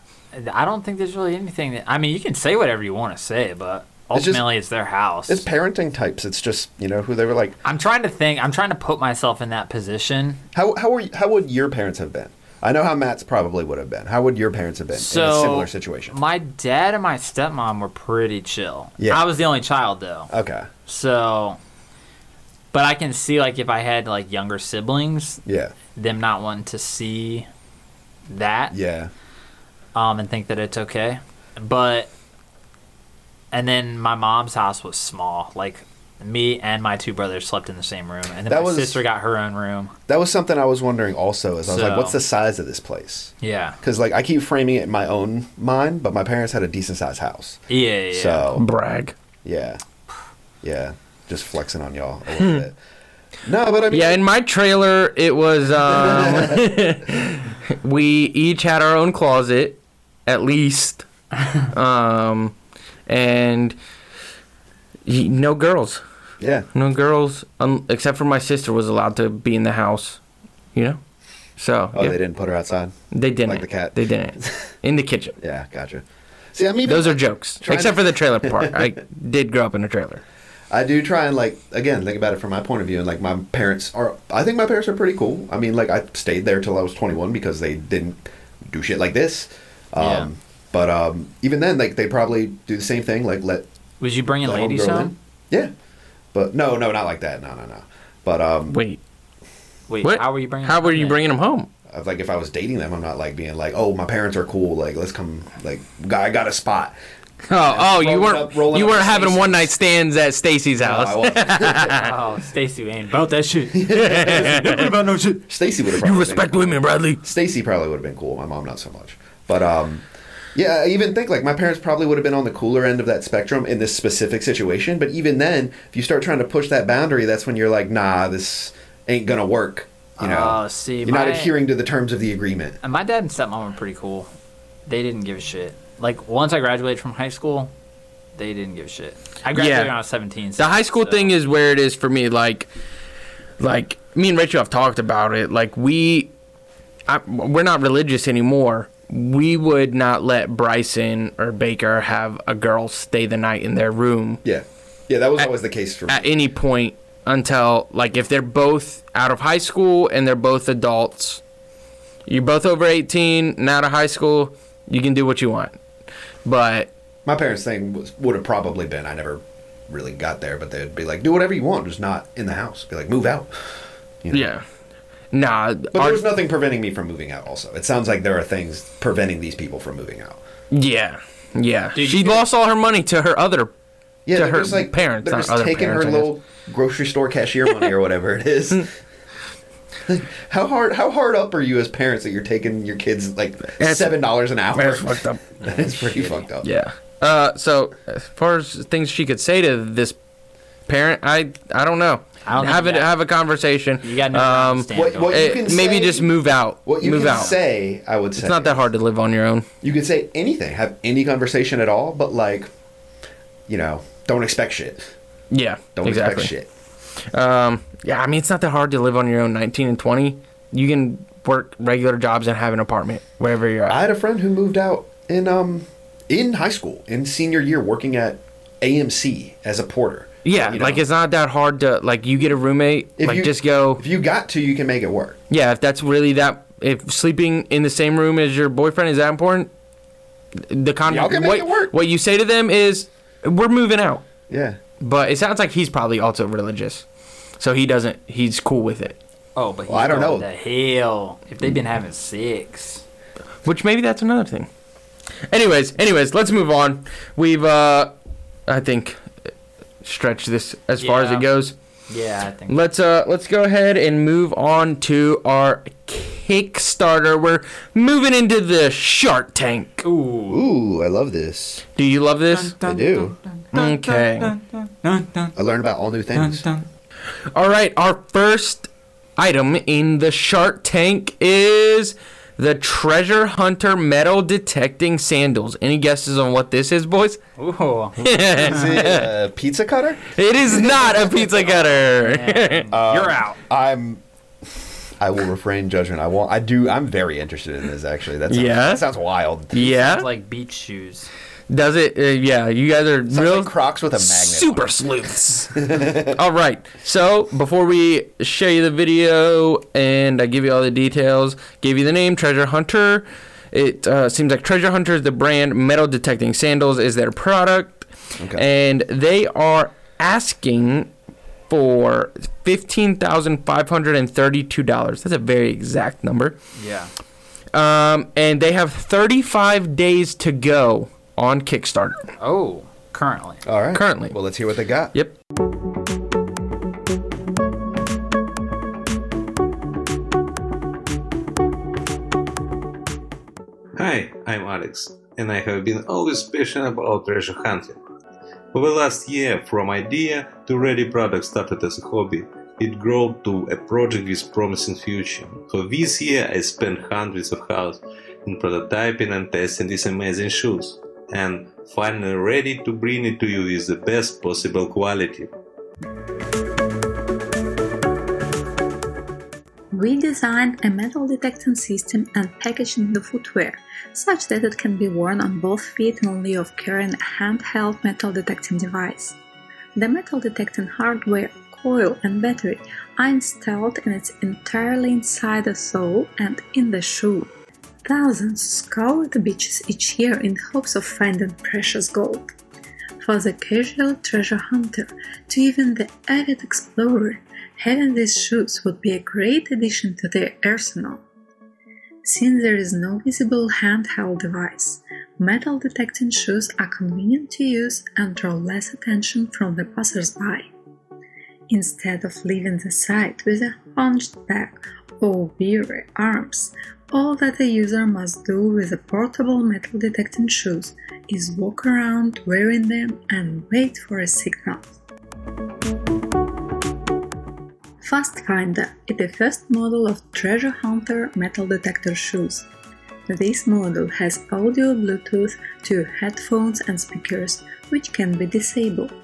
I don't think there's really anything that. I mean, you can say whatever you want to say, but
It's just-
ultimately, it's, their house.
It's parenting types. It's just you know who they were like.
I'm trying to think. I'm trying to put myself in that position.
How how were you, how would your parents have been? I know how Matt's probably would have been. How would your parents have been in a
So
similar situation?
My dad and my stepmom were pretty chill.
Yeah.
I was the only child though.
okay.
So but I can see like if I had like younger siblings,
Yeah.
them not wanting to see that
Yeah.
um and think that it's okay. But and then my mom's house was small. Like me and my two brothers slept in the same room and then
That
my
was-
sister got her own room.
That was something I was wondering also. Is I was
So-
like, what's the size of this place?
Yeah.
Because like I keep framing it in my own mind, but my parents had a decent sized house.
Yeah, yeah. yeah.
So
Brag.
yeah, yeah, just flexing on y'all a
Hmm.
little bit. No, but I mean,
Yeah, in my trailer, it was um, we each had our own closet, at least, um, and y- no girls,
yeah.
no girls, un- except for my sister was allowed to be in the house, you know. So
Oh,
yeah,
they
they,
didn't put her outside.
didn't.
the cat.
They didn't in the kitchen.
Yeah, gotcha. See, I'm even
Those are jokes,
Trying
except
to-
for the trailer part. I did grow up in a trailer.
I do try and like again think about it from my point of view and like my parents are I think my parents are pretty cool. I mean like I stayed there till I was 21 because they didn't do shit like this. Um
Yeah.
but um even then like they probably do the same thing like let
was you bringing
the
ladies
homegirl
home?
in. Yeah. But no, no, not like that. No, no, no. But um
Wait,
Wait,
what?
how were you bringing
How
them
were
home
you
then?
bringing them home?
like if I was dating them, I'm not like being like, "Oh, my parents are cool. Like let's come like I got a spot."
Oh, oh, you
Rolling
weren't
up- rolling
you
up
weren't
to
having
Stacey's.
one night stands at Stacy's
No, I
house.
wasn't.
Oh, Stacy, we ain't about that shit. Never about no shit.
Stacy would have
you
probably been
respect women, Bradley.
Stacy probably would have been cool. My mom, not so much. But um, yeah, I even think like my parents probably would have been on the cooler end of that spectrum in this specific situation. But even then, if you start trying to push that boundary, that's when you're like, nah, this ain't gonna work. You know,
Oh, see,
you're not
my-
adhering to the terms of the agreement.
And my dad and stepmom were pretty cool. They didn't give a shit. Like once I graduated from high school, they didn't give a shit. I graduated
Yeah.
when I was seventeen.
The high school thing is where it is for me. Like, like me and Rachel have talked about it. Like we, I, we're not religious anymore. We would not let Bryson or Baker have a girl stay the night in their room
Yeah, yeah, that was always the case for me.
at any point until like if they're both out of high school and they're both adults you're both over 18 and out of high school you can do what you want but
My parents' thing was, would have probably been I never really got there, but they'd be like, do whatever you want, just not in the house. Be like, move out. You know?
yeah nah
But
our-
there was nothing preventing me from moving out. Also, it sounds like there are things preventing these people from moving out.
yeah yeah
Dude,
she
you-
lost all her money to her other
Yeah,
to
they're
her
just like
parents
They're
not
just
other
taking
parents, I
her
guess.
little grocery store cashier money or whatever it is. how hard how hard up are you as parents that you're taking your kids like
That's-
seven dollars an hour?
That's fucked up.
That is pretty fucked up.
yeah uh so as far as things she could say to this parent i i don't know
I don't think
have
you
it
got-
have a conversation
You got no
um
um,
What, what you
eh,
can
maybe
say-
just move out
What you
move
can
out
say, I would say
It's not that hard to live on your own.
You could say anything, have any conversation at all, but like, you know, don't expect shit.
Yeah,
Don't
exactly.
expect shit.
Um, yeah, I mean, it's not that hard to live on your own. 19 and 20, you can work regular jobs and have an apartment wherever you're
I
at.
had a friend who moved out in um in high school in senior year working at AMC as a porter.
yeah,
You know?
like it's not that hard to like you get a roommate,
If
like
you-
just go.
If you got to, you can make it work.
yeah, if that's really that, if sleeping in the same room as your boyfriend is that important, the con.
Y'all can make
what,
it work.
what you say to them is, "We're moving out,"
Yeah.
but it sounds like he's probably also religious, so he doesn't. He's cool with it,
Oh, but he's
Well, I don't
going
know.
to hell if they've been having sex.
which maybe that's another thing. Anyways, anyways, let's move on. We've, uh, I think, stretched this as far as
Yeah.
it goes.
Yeah, I think.
Let's uh, let's go ahead and move on to our Kickstarter. We're moving into the Shark Tank.
Ooh.
Ooh, I love this.
Do you love this?
I do.
Okay.
I learn about all new things.
All right. Our first item in the Shark Tank is the treasure hunter metal detecting sandals. Any guesses on what this is, boys?
Ooh.
Is it a pizza cutter?
It is not a pizza cutter.
Uh,
You're out.
I'm. I will refrain judgment. I won't. I do. I'm very interested in this. Actually, that sounds,
Yeah?
that sounds wild.
It's
yeah.
like beach shoes.
Does it? Uh, yeah. You guys are
Sounds
real
like Crocs with a magnet.
super sleuths. all right. So before we show you the video and I give you all the details, give you the name Treasure Hunter. It uh, seems like Treasure Hunter is the brand. Metal detecting sandals is their product,
Okay.
and they are asking for fifteen thousand five hundred and thirty-two dollars. That's a very exact number.
Yeah.
Um, and they have thirty-five days to go on Kickstarter.
Oh, currently.
Uh,
All right.
Currently.
Well, let's hear what they got.
Yep.
Hi, I'm Alex, and I have been always passionate about treasure hunting. Over the last year, from idea to ready product started as a hobby, it grew to a project with promising future. For this year, I spent hundreds of hours in prototyping and testing these amazing shoes, and finally ready to bring it to you with the best possible quality.
We designed a metal detecting system and packaging the footwear such that it can be worn on both feet only of carrying a handheld metal detecting device. The metal detecting hardware, coil, and battery are installed and it's entirely inside the sole and in the shoe. Thousands scour the beaches each year in hopes of finding precious gold for the casual treasure hunter to even the avid explorer, having these shoes would be a great addition to their arsenal. Since there is no visible handheld device, metal detecting shoes are convenient to use and draw less attention from the passersby. Instead of leaving the site with a hunched back or weary arms, all that a user must do with the portable metal detecting shoes is walk around wearing them and wait for a signal. Fast Finder is the first model of Treasure Hunter metal detector shoes. This model has audio Bluetooth to your headphones and speakers, which can be disabled.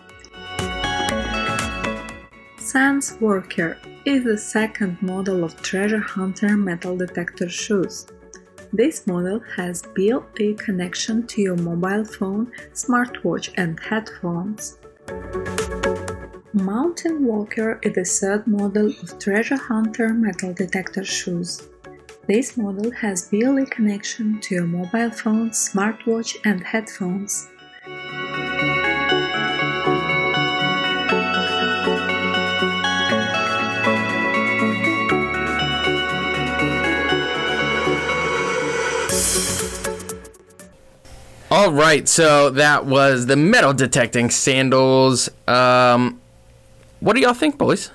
Sans Worker is the second model of Treasure Hunter metal detector shoes. This model has built-in connection to your mobile phone, smartwatch, and headphones. Mountain Walker is the third model of Treasure Hunter metal detector shoes. This model has built-in connection to your mobile phone, smartwatch, and headphones.
All right, so that was the metal detecting sandals. Um, what do y'all think, boys?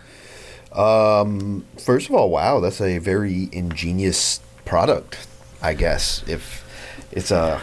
Um, first of all, wow, that's a very ingenious product. I guess if it's uh,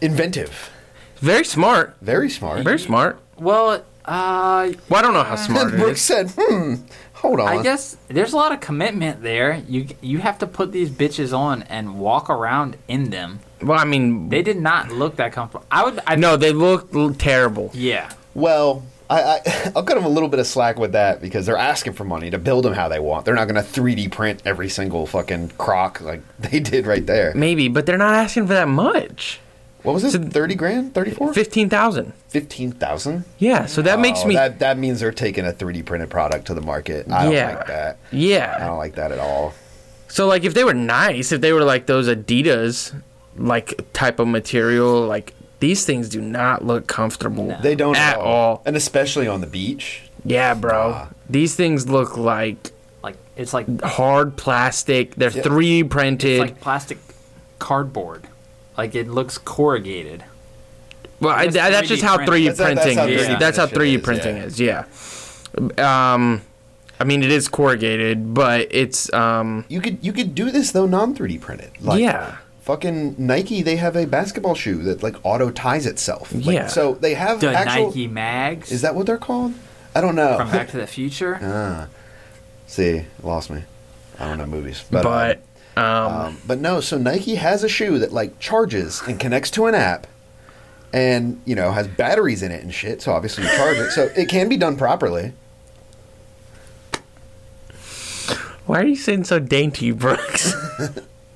inventive,
Very smart.
very smart.
Very smart.
Well, uh,
Well, I don't know how smart it
Brooks
is.
said, "Hmm, hold on."
I guess there's a lot of commitment there. You you have to put these bitches on and walk around in them.
Well, I mean,
They did not look that comfortable. I would. I,
no, they look l- terrible.
Yeah.
Well, I, I I'll cut them a little bit of slack with that because they're asking for money to build them how they want. They're not going to 3D print every single fucking croc like they did right there.
Maybe, but they're not asking for that much.
What was it? Thirty grand? Thirty-four?
Fifteen thousand.
Fifteen thousand?
Yeah, so that makes
Oh,
me.
That that means they're taking a 3D printed product to the market. I don't
Yeah.
like that. I
yeah.
don't like that at all.
So like, if they were nice, if they were like those Adidas, like type of material, like these things do not look comfortable.
They don't
at all.
and especially on the beach.
Yeah, bro.
Nah.
These things look like
Like it's like
hard plastic. They're
Yeah.
3D printed.
it's like plastic cardboard. Like it looks corrugated.
well, I,
that's
that- that's just
3D
how
print.
3D
That's- that's
printing
how
is.
3D
That's how
printing
3D
is,
printing
yeah.
is. Yeah. Um, I mean, it is corrugated, but it's um,
You could you could do this though non 3D printed. Like,
Yeah.
Fucking Nike, they have a basketball shoe that like auto ties itself. Like,
Yeah.
So they have
The
actual.
Nike mags
Is that what they're called? I don't know.
from Back to the Future.
See, lost me. I don't know movies, but,
but
um, Um, but no, so Nike has a shoe that like charges and connects to an app, and you know has batteries in it and shit. So obviously you charge it. So it can be done properly.
Why are you saying so dainty, Brooks?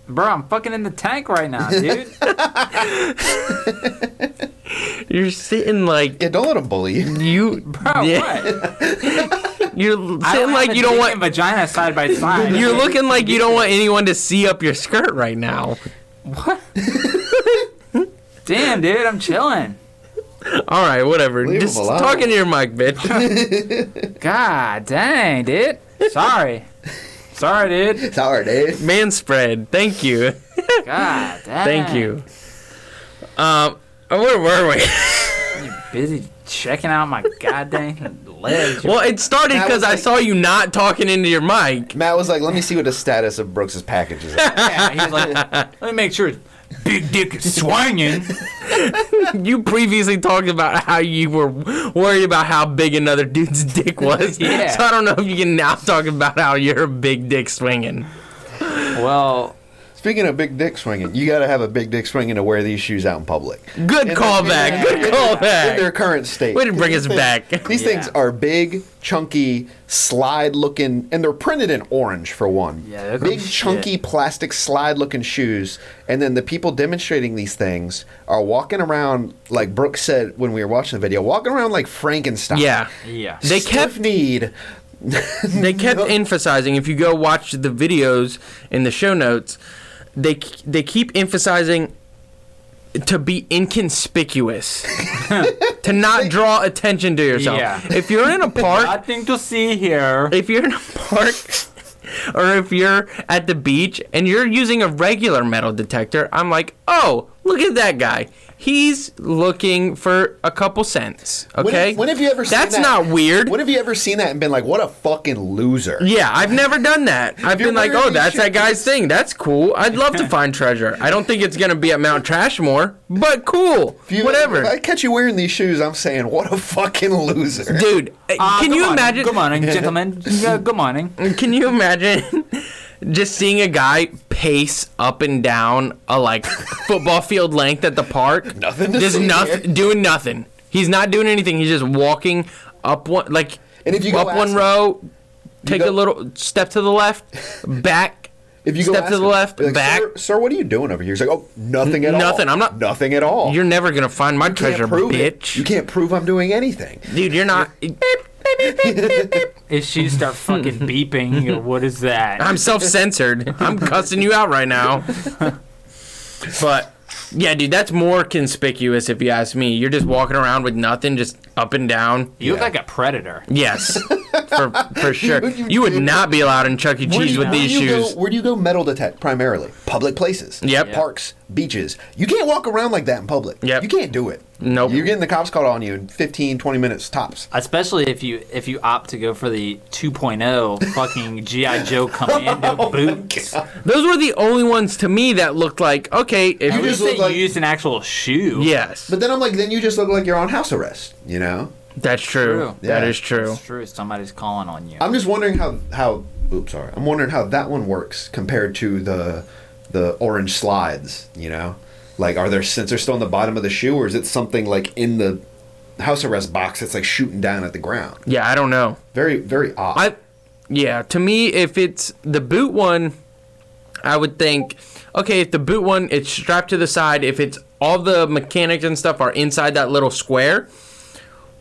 Bro, I'm fucking in the tank right now, dude.
You're sitting like
Yeah, don't let them bully you.
you.
Bro,
Yeah.
what?
You're
I don't
sitting like
have a
you don't
dick
want.
and vagina side by side.
You're looking like you don't want anyone to see up your skirt right now.
What? Damn, dude, I'm chilling.
All right, whatever.
Leave
Just
him alone.
talking to your mic, bitch.
God dang, dude. Sorry. Sorry, dude.
Sorry, Dave.
Man spread. Thank you.
God dang.
Thank you. Um, where were we?
Busy checking out my goddamn legs.
well, it started
That
because
was
I
like-
saw you not talking into your mic.
Matt was like, "Let me see what the status of Brooks' package is."
Yeah, he's like, let me make sure big dick is swinging.
You previously talked about how you were worried about how big another dude's dick was.
Yeah.
So I don't know if you can now talk about how you're a big dick swinging.
Well,
Speaking of big dick swinging, you got to have a big dick swinging to wear these shoes out in public.
Good callback.
yeah,
Good
yeah.
in their
callback.
current state.
Way to bring us
These
back.
things- These things
Yeah.
are big, chunky, slide-looking, and they're printed in orange for one.
Yeah, they're
big,
good shit.
chunky, plastic, slide-looking shoes. And then the people demonstrating these things are walking around, like Brooke said when we were watching the video, walking around like Frankenstein.
Yeah.
yeah.
They kept
need.
they kept emphasizing if you go watch the videos in the show notes they they keep emphasizing to be inconspicuous to not draw attention to yourself
Yeah.
if you're in a park
Nothing to see here.
if you're in a park or if you're at the beach and you're using a regular metal detector i'm like oh look at that guy he's looking for a couple cents
When,
okay
when have you ever seen
that's
that?
not weird
When have you ever seen that and been like, what a fucking loser?
yeah, I've never done that. I've
You're
been like,
wearing
oh,
these
that's that guy's thing. That's cool. I'd love to find treasure. I don't think it's gonna be at Mount Trashmore, but cool.
If you-
Whatever.
If I catch you wearing these shoes, I'm saying, what a fucking loser.
Dude, uh,
Ah,
can
good
you
morning,
imagine?
Good morning, gentlemen. Yeah, good morning.
Can you imagine just seeing a guy pace up and down a like football field length at the park?
Nothing to
Just
see
nothing,
here.
doing nothing. He's not doing anything. He's just walking up one, like
And if you go
up one
ask him-
row, take a
go-
little step to the left, back.
If you go
step
ask
to the
him,
left,
be like,
back.
Sir, sir, what are you doing over here? He's like, oh, nothing at all.
nothing. I'm not-
Nothing at all.
You're never gonna find my
You can't
treasure,
prove it.
bitch.
You can't prove I'm doing anything.
Dude, you're not.
If she start fucking beeping, you go, what is that?
I'm self-censored. I'm cussing you out right now. But yeah, dude, that's more conspicuous if you ask me. You're just walking around with nothing, just up and down.
you look like a predator.
Yes, for for sure.
You-
You,
you
would
did-
not be allowed in Chuck E.
Where do
Cheese
you-
with
where
these
do you go-
shoes.
where do you go metal detect primarily? Public places.
Yep.
Parks, beaches. You can't walk around like that in public.
Yep.
You can't do it.
Nope.
You're getting the cops called on you in 15, 20 minutes tops.
Especially if you if you opt to go for the 2.0 fucking GI Joe Commando
Oh
boots.
Those were the only ones to me that looked like okay. If
At
You
you
least
just look
they
like-
used an actual shoe.
yes,
But then I'm like, then you just look like you're on house arrest, you know?
that's true.
True.
That
Yeah.
is true.
It's true. Somebody's calling on you.
I'm just wondering how how oops sorry. I'm wondering how that one works compared to the the orange slides, you know? Like are there sensors still on the bottom of the shoe or is it something like in the house arrest box that's like shooting down at the ground?
Yeah, I don't know.
Very very odd.
I, yeah, to me, if it's the boot one, I would think, okay, if the boot one, it's strapped to the side. If it's all the mechanics and stuff are inside that little square,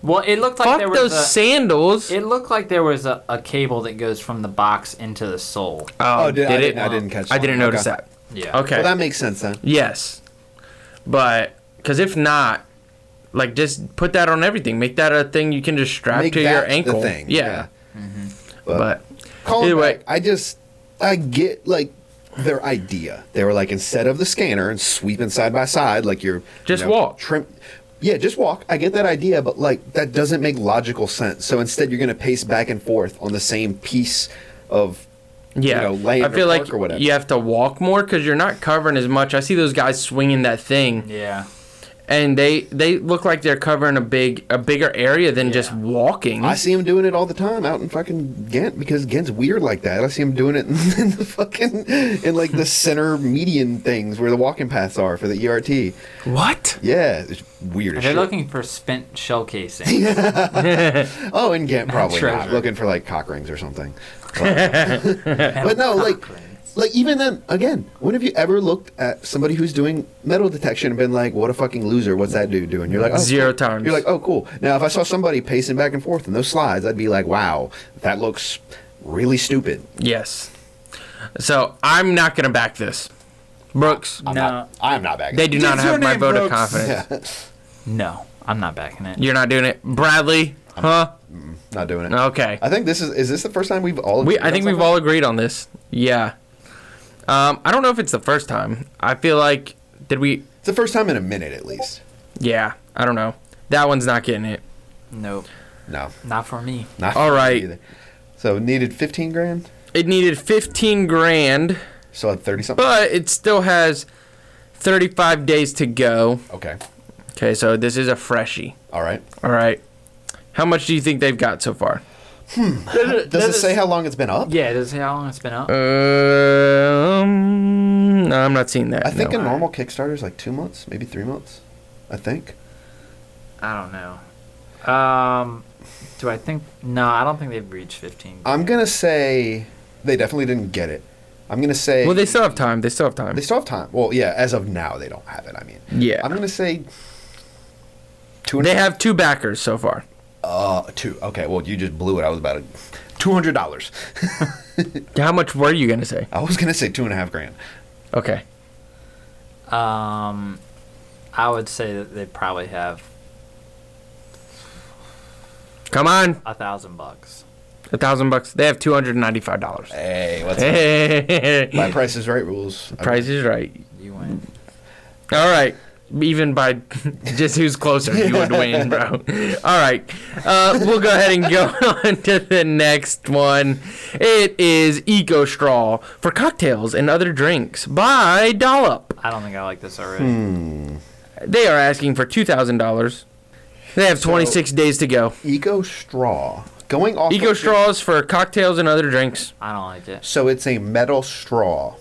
well, it looked like there
fuck
was
those
a,
sandals.
It looked like there was a, a cable that goes from the box into the sole.
oh,
did- I didn't- I didn't catch
I
that.
didn't notice
Okay.
that.
Yeah.
Okay.
well that makes sense then.
yes, but because if not, like just put that on everything. Make that a thing you can just strap
Make
to
that
your
the
ankle.
thing,
Yeah.
Mm-hmm.
But,
Call
Anyway.
back, I just I get like their idea. They were like instead of the scanner and sweeping side by side like you're
Just walk.
Trim, yeah, just walk. I get that idea, but like that doesn't make logical sense. So instead, you're gonna pace back and forth on the same piece of
Yeah,
you know, land
I feel
or
like
park or whatever.
you have to walk more because you're not covering as much. I see those guys swinging that thing,
Yeah.
and they they look like they're covering a big a bigger area than just walking.
I see him doing it all the time out in fucking Ghent because Ghent's weird like that. I see him doing it in, the fucking in like the center median things where the walking paths are for the ERT.
what?
Yeah, it's weird as
They're
shit.
looking for spent shell casing.
oh, in Ghent probably
treasure.
not looking for like cock rings or something. But, but no, like like even then again, when have you ever looked at somebody who's doing metal detection and been like, "What a fucking loser! What's that dude doing?" You're like, oh,
Zero
cool.
times.
You're like, "Oh, cool." Now, if I saw somebody pacing back and forth in those slides, I'd be like, "Wow, that looks really stupid."
Yes. So I'm not gonna back this. Brooks,
I'm
No.
not, I'm not backing.
they do not
That's your
have my
name,
vote of
Brooks.
confidence.
No, I'm not backing it.
You're not doing it, Bradley? Huh?
it. not doing it.
Okay.
I think this is is this the first time we've all
We
agreed
I
on
think we've
something?
all agreed on this. Yeah. Um, I don't know if it's the first time. I feel like did we?
it's the first time in a minute at least.
Yeah. I don't know. That one's not getting it.
Nope,
No,
not for me.
not
All right.
either. So needed 15 grand.
It needed 15 grand,
Still had 30 something.
but it still has 35 days to go.
okay.
Okay, so this is a freshie.
All right.
All right. How much do you think they've got so far?
Does it say how long it's been up?
Yeah, does it say how long it's been
Uh.
up?
Um, no, I'm not seeing that.
I think
no.
a normal Kickstarter is like two months, maybe three months. I think.
I don't know. Um, do I think? No, I don't think they've reached 15.
I'm gonna say they definitely didn't get it. I'm gonna say
Well, they still have time. They still have time.
they still have time. Well, yeah, as of now they don't have it. I mean,
Yeah.
I'm gonna say two. And
They have two backers so far.
uh two. Okay, well you just blew it. I was about two hundred dollars.
How much were you gonna say?
I was gonna say two and a half grand.
Okay.
Um, I would say that they probably have
Come on,
a thousand bucks.
a thousand bucks. They have two hundred and ninety-five dollars.
Hey, what's up? By
Hey,
Price is Right rules. I-
price is right.
You win.
All right. Even by just who's closer, you would win, bro. All right. Uh, we'll go ahead and go on to the next one. It is Eco Straw for cocktails and other drinks by Dollop.
I don't think I like this already.
They are asking for $2,000. They have 26 days to go.
Eco Straw. Going off.
Eco
of-
Straws for cocktails and other drinks.
I don't like it.
So it's a metal straw.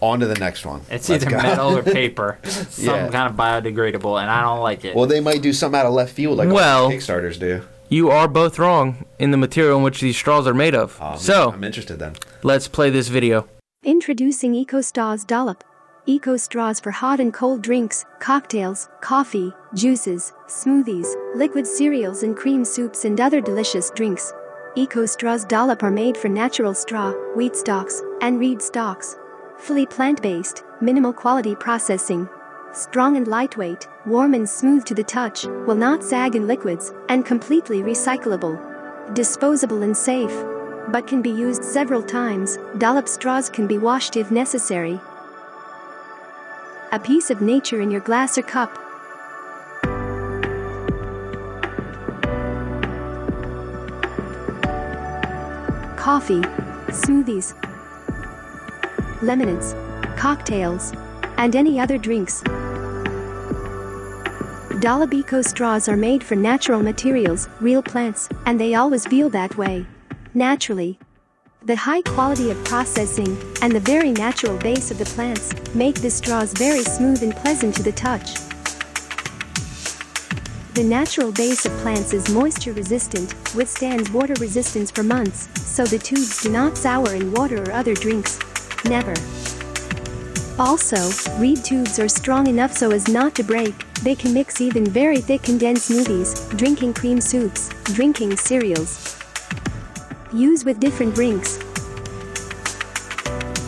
On to the next one.
It's
Let's
either
go.
metal or paper, some
Yeah.
kind of biodegradable, and I don't like it.
Well, they might do something out of left field like all
Well-
Kickstarters do.
You are both wrong in the material in which these straws are made of.
Um,
so,
I'm interested then.
let's play this video.
Introducing EcoStraw's Dollop. EcoStraws for hot and cold drinks, cocktails, coffee, juices, smoothies, liquid cereals and cream soups and other delicious drinks. EcoStraw's Dollop are made from natural straw, wheat stalks, and reed stalks. Fully plant-based, minimal quality processing. Strong and lightweight, warm and smooth to the touch, will not sag in liquids, and completely recyclable disposable and safe, but can be used several times. Dollop straws can be washed if necessary. A piece of nature in your glass or cup. Coffee, smoothies, lemonades, cocktails, and any other drinks. Dalabico straws are made from natural materials, real plants, and they always feel that way. Naturally. The high quality of processing and the very natural base of the plants make the straws very smooth and pleasant to the touch. The natural base of plants is moisture resistant, withstands water resistance for months, so the tubes do not sour in water or other drinks. Never. Also, reed tubes are strong enough so as not to break. They can mix even very thick and dense smoothies, drinking cream soups, drinking cereals. Use with different drinks.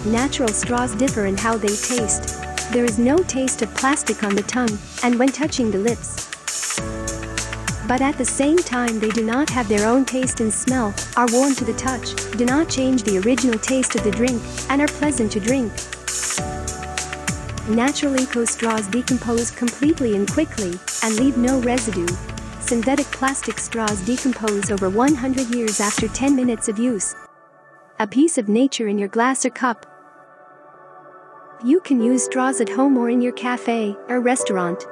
Natural straws differ in how they taste. There is no taste of plastic on the tongue, and when touching the lips. But at the same time, they do not have their own taste and smell, are warm to the touch, do not change the original taste of the drink, and are pleasant to drink. Natural eco straws decompose completely and quickly, and leave no residue. Synthetic plastic straws decompose over 100 years after 10 minutes of use. A piece of nature in your glass or cup. You can use straws at home or in your cafe or restaurant.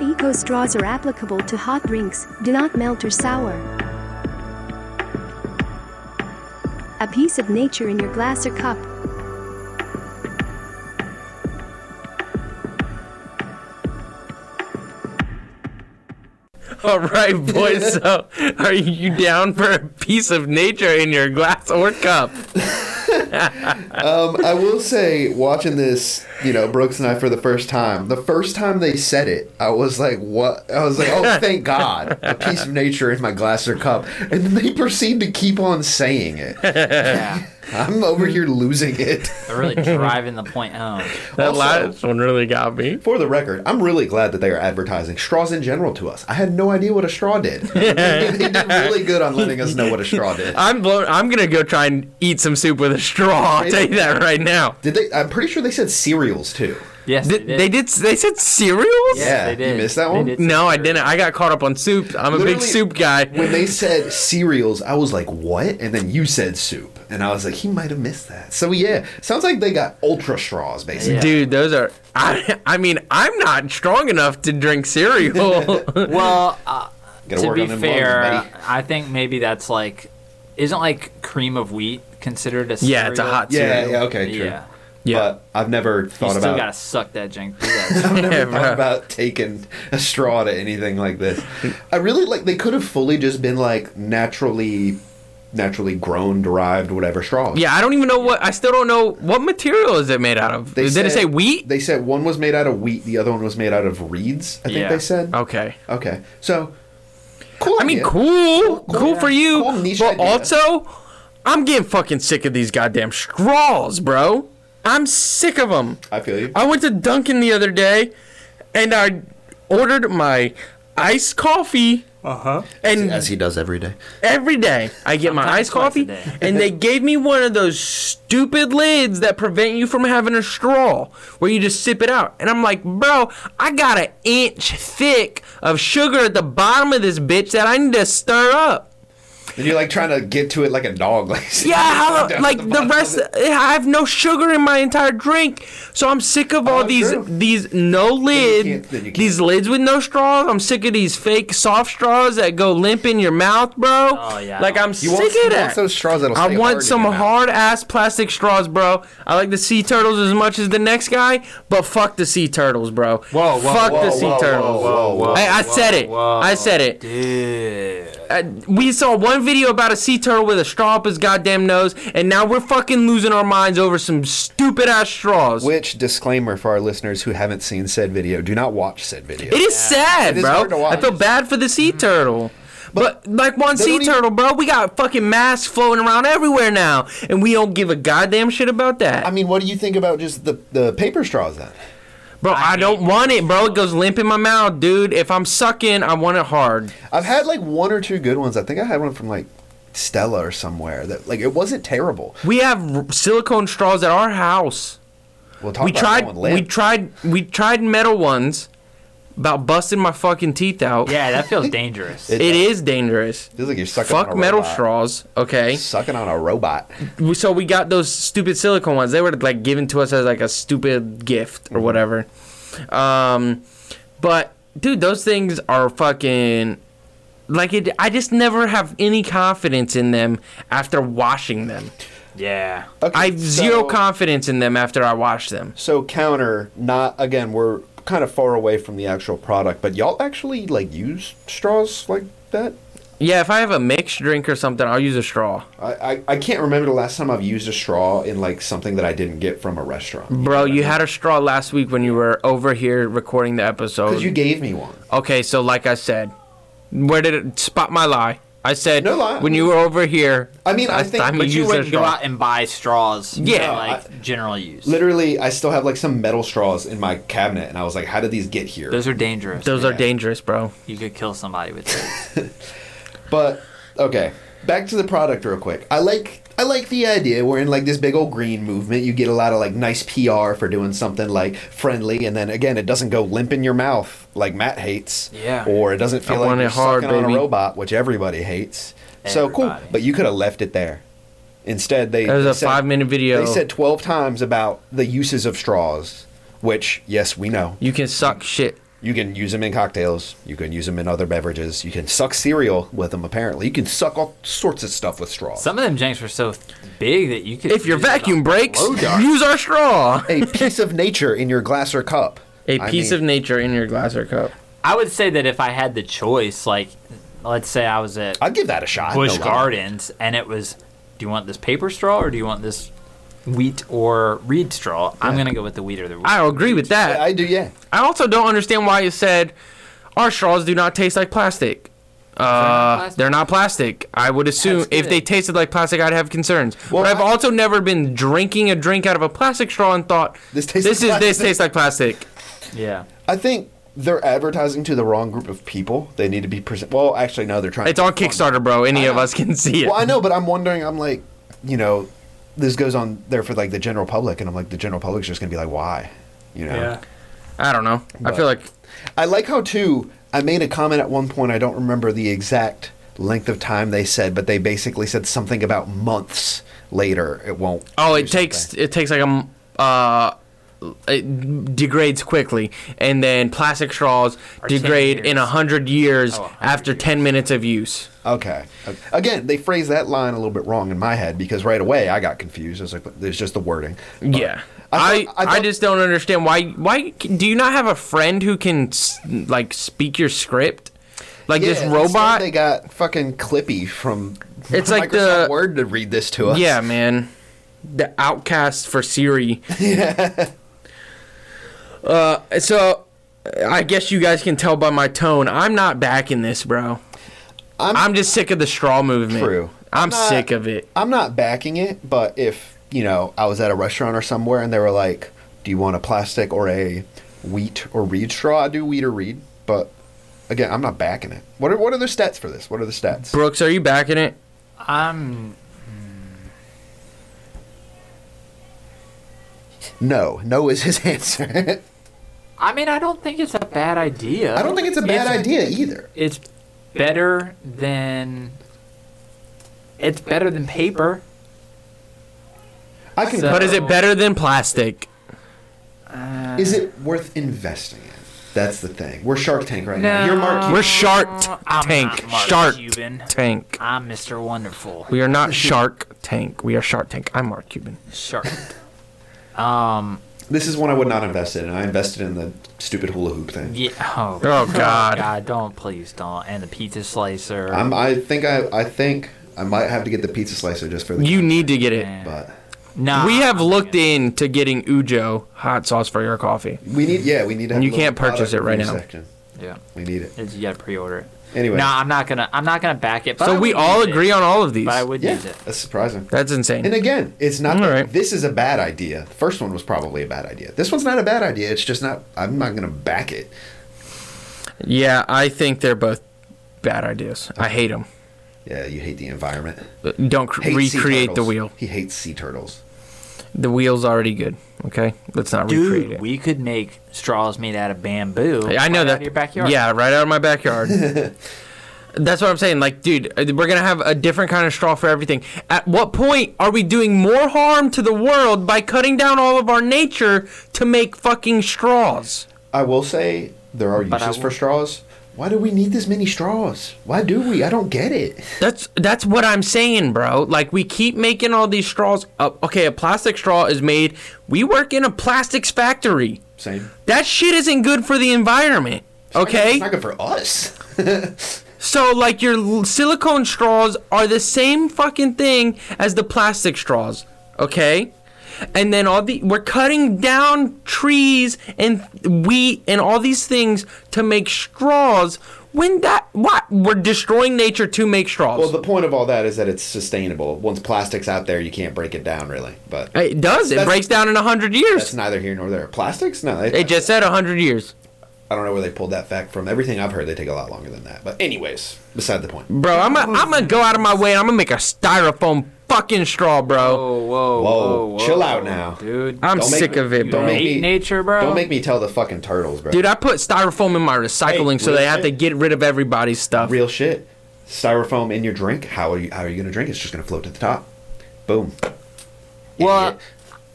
Eco straws are applicable to hot drinks, do not melt or sour. A piece of nature in your glass or cup.
All right, boys. So, are you down for a piece of nature in your glass or cup?
Um, I will say, watching this, you know, Brooks and I for the first time, the first time they said it, I was like, what? I was like, oh, thank God. A piece of nature in my glass or cup. And then they proceed to keep on saying it.
Yeah.
I'm over here losing it.
They're really driving the point home.
That
Also-
last one really got me.
For the record, I'm really glad that they are advertising straws in general to us. I had no idea what a straw did. they did really good on letting us know what a straw did.
I'm blown. I'm gonna go try and eat some soup with a straw. I'll tell you that right now.
Did they? I'm pretty sure they said cereals too.
Yes,
Did, they did. They said cereals.
Yes,
Yeah,
they did.
you missed that
They
one?
did say
No, I
cereal.
didn't. I got caught up on soup. I'm a big
Literally,
soup guy.
When they said cereals, I was like, "What?" And then you said soup, and I was like, "He might have missed that." So yeah, sounds like they got ultra straws basically.
Yeah.
Dude, those are. I, I mean, I'm not strong enough to drink cereal.
Well, uh,
Gotta
to
work
be
on them
fair,
lungs, buddy.
I think maybe that's like, isn't like cream of wheat considered a cereal?
Yeah, it's a hot
Yeah,
cereal.
yeah, okay, true.
Yeah.
Yeah.
But I've never
You
thought
still
about
gotta suck that junk. through that.
I've never
Yeah, bro.
thought about taking a straw to anything like this. I really like they could have fully just been like naturally naturally grown, derived, whatever straws.
Yeah, I don't even know what. I still don't know what material is it made out of. Did it say wheat?
They said one was made out of wheat, the other one was made out of reeds, I think
Yeah.
they said.
okay.
Okay. So cool.
Oh. I mean,
idea.
cool, cool,
yeah.
for you,
Cool niche
but
idea.
also, I'm getting fucking sick of these goddamn straws, bro. I'm sick of them.
I feel you.
I went to Dunkin' the other day, and I ordered my iced coffee. Uh
Uh-huh.
huh. And
as he does every day.
Every day, I get my
Sometimes
iced
twice a
coffee,
day.
and they gave me one of those stupid lids that prevent you from having a straw, where you just sip it out. And I'm like, bro, I got an inch thick of sugar at the bottom of this bitch that I need to stir up.
And you're like trying to get to it like a dog, like
Yeah, how,
down
like
to
the
bottom
rest,
of it.
I have no sugar in my entire drink, so I'm sick of all
Oh,
these
true.
these no lid,
can't- then you can't.
these lids with no straws. I'm sick of these fake soft straws that go limp in your mouth, bro.
Oh, yeah.
like I'm sick
You want,
of
you
that.
want those straws that'll
I
stay
want
hard in
some
your mouth.
hard ass plastic straws, bro. I like the sea turtles as much as the next guy, but fuck the sea turtles, bro.
Whoa, whoa,
fuck the
whoa,
sea
whoa,
turtles.
whoa, whoa,
I, I said it. I said it.
Dude.
Uh, we saw one video about a sea turtle with a straw up his goddamn nose, and now we're fucking losing our minds over some stupid ass straws.
Which disclaimer for our listeners who haven't seen said video: Do not watch said video.
It is sad,
It is
bro.
hard to
I
watch. Mm-hmm.
feel bad for the sea turtle. But, like one
they
sea
don't even-
turtle, bro, we got fucking masks floating around everywhere now, and we don't give a goddamn shit about that.
I mean, what do you think about just the the paper straws then?
bro, I, don't want it, bro. It goes limp in my mouth, dude. If I'm sucking, I want it hard.
I've had like one or two good ones. I think I had one from like Stella or somewhere that like it wasn't terrible.
We have r- silicone straws at our house.
We'll talk
we
about
tried,
Going
we
limp.
tried, we tried metal ones. About busting my fucking teeth out.
Yeah, that feels dangerous.
It-
It is dangerous.
Feels like you're sucking on
Fuck
a
metal
robot.
straws, okay?
Sucking on a robot.
We- So we got those stupid silicone ones. They were like given to us as like a stupid gift
Mm-hmm.
or whatever. Um, but dude, those things are fucking like it. I just never have any confidence in them after washing them.
yeah.
Okay,
I have zero
so-
confidence in them after I wash them.
So counter, not again. We're kind of far away from the actual product, but y'all actually like use straws like that.
Yeah, if I have a mixed drink or something, I'll use a straw.
I, I, I can't remember the last time I've used a straw in like something that I didn't get from a restaurant.
Bro, you had a straw last week when you were over here recording the episode.
Because you gave me one.
Okay, so like I said, where did it spot my lie? I said
No lie.
when you were over here.
I mean, I
last
think-
time
but
You
used a
wouldn't go
straw.
out and buy straws.
Yeah.
for, like general use.
Literally, I still have like some metal straws in my cabinet, and I was like, how did these get here?
Those are dangerous.
Those are dangerous, bro.
you could kill somebody with those.
But okay, back to the product real quick. I like I like the idea we're in like this big old green movement. You get a lot of like nice PR for doing something like friendly, and then again, it doesn't go limp in your mouth like Matt hates.
Yeah.
Or it doesn't feel
I
like
want
you're
it hard,
sucking on
baby.
a robot, which everybody hates. So cool,
Everybody.
but you could have left it there. Instead, they
That was
they
a five-minute video.
They said twelve times about the uses of straws, which yes, we know.
You can suck shit.
You can use them in cocktails. You can use them in other beverages. You can suck cereal with them. Apparently, you can suck all sorts of stuff with straw.
Some of them janks were so big that you could.
If your
use it on
vacuum
a
breaks,
blow dart.
use our straw.
a piece of nature in your glass or cup.
A
I
piece
mean,
of nature in your glass or cup.
I would say that if I had the choice, like, let's say I was at
I'd give that a shot.
Bush
No lie.
Gardens and it was, do you want this paper straw or do you want this wheat or reed straw? I'm gonna go with the wheat or the reed.
I agree with that.
I do. Yeah.
I also don't understand why you said our straws do not taste like plastic. Uh,
plastic?
they're not plastic. I would assume
That's
if they
good.
tasted like plastic, I'd have concerns.
Well,
but I've
I-
also never been drinking a drink out of a plastic straw and thought
This tastes
this
like
is this
plastic."
tastes like plastic.
yeah.
I think they're advertising to the wrong group of people. They need to be present. Well, actually, no. They're trying.
It's on Kickstarter, bro. Any of us can see it.
Well, I know, but I'm wondering. I'm like, you know, this goes on there for like the general public, and I'm like, the general public's just gonna be like, why? You know.
I don't know. I feel like
I like how too. I made a comment at one point. I don't remember the exact length of time they said, but they basically said something about months later. It won't.
oh,
do
it takes
something.
it takes like a m- uh, it degrades quickly, and then plastic straws
10
degrade in
years.
a hundred
Oh,
years
100
after ten minutes of use.
Okay. Okay. Again, they phrased that line a little bit wrong in my head because right away I got confused. I was like, but there's just the wording. But
Yeah.
I
I,
thought-
I,
I thought-
just don't understand why why do you not have a friend who can s- like speak your script like this
Yeah, instead
robot
They got fucking Clippy from.
It's like
Microsoft
the-
word to read this to us.
yeah man the outcast for Siri uh so I guess you guys can tell by my tone I'm not backing this bro
I'm-
I'm, just sick of the straw movement
True.
I'm,
I'm not-
sick of it
I'm not backing it, but if you know, I was at a restaurant or somewhere and they were like, "Do you want a plastic or a wheat or reed straw?" I do wheat or reed, but again, I'm not backing it. What are what are the stats for this? What are the stats?
Brooks are you backing it
I'm
No, no is his answer.
I mean I don't think it's a bad idea.
I don't think it's a bad idea either.
It's better than it's better than paper.
I can.
So-
but is it better than plastic
is it worth investing in? That's the thing. We're Shark Tank right now. You're Mark.
we're Shark Tank
not Mark
Shark
Cuban.
Tank
I'm Mr. Wonderful.
We are not Shark Tank. We are Shark Tank. I'm Mark Cuban.
Shark. um
This is one I would not invest in. and I invested in the stupid hula hoop thing.
yeah oh,
Oh, God.
God don't please don't and the pizza slicer.
I'm, I think I, I think I might have to get the pizza slicer just for the.
You need to get it.
But
Nah,
We have
I'm
looked
good.
into getting Ujo hot sauce for your coffee.
we need. Yeah, we need. To have
And you
a little
can't purchase
product
it right
review
now.
section.
Yeah.
We need it.
It's, you gotta pre-order it.
Anyway.
No, I'm not gonna. I'm not gonna back it. But I
So we
would
all
use it.
agree on all of these.
But I would
Yeah,
use it.
that's surprising.
That's
And
insane.
again, it's not.
All
that
right.
This is a bad idea. The first one was probably a bad idea. This one's not a bad idea. It's just not. I'm not going to back it.
Yeah, I think they're both bad ideas. I hate them.
Yeah, you hate the environment.
Don't cr-
Hate sea
recreate the
turtles.
wheel.
He hates sea turtles.
The wheel's already good. Okay, let's not recreate
Dude,
it.
we could make straws made out of bamboo.
I know
right
that.
Out of your backyard.
Yeah, right out of my backyard. That's what I'm saying. Like, dude, uh, we're gonna have a different kind of straw for everything. At what point are we doing more harm to the world by cutting down all of our nature to make fucking straws?
I will say there are
But I
uses for
won't.
straws. Why do we need this many straws? Why do we? I don't get it.
That's that's what I'm saying, bro. Like we keep making all these straws. Up. Okay, a plastic straw is made. We work in a plastics factory.
Same.
That shit isn't good for the environment. Okay.
It's not good for us.
So like your l- silicone straws are the same fucking thing as the plastic straws, okay? And then all the we're cutting down trees and wheat and all these things to make straws. When that what we're destroying nature to make straws.
Well, the point of all that is that it's sustainable. Once plastic's out there, you can't break it down really. But
it does. It
That's-
breaks down in hundred
that's
years.
neither here nor there. Plastics? No, they,
It just said hundred years,
I don't know where they pulled that fact from. Everything I've heard, they take a lot longer than that. But anyways, beside the point.
bro. I'm gonna I'm gonna go out of my way and I'm gonna make a styrofoam fucking straw, bro.
Whoa, whoa,
Whoa,
whoa, whoa.
chill out now.
dude.
I'm
Don't make
sick
me-
of it,
don't
bro.
make
Hate
me-
nature, bro.
Don't make me tell the fucking turtles, bro.
Dude, I put styrofoam in my recycling, so
real
they have to
shit.
get rid of everybody's stuff.
real shit. Styrofoam in your drink. How are you? How are you gonna drink? it? It's just gonna float to the top. Boom.
Well,
Idiot.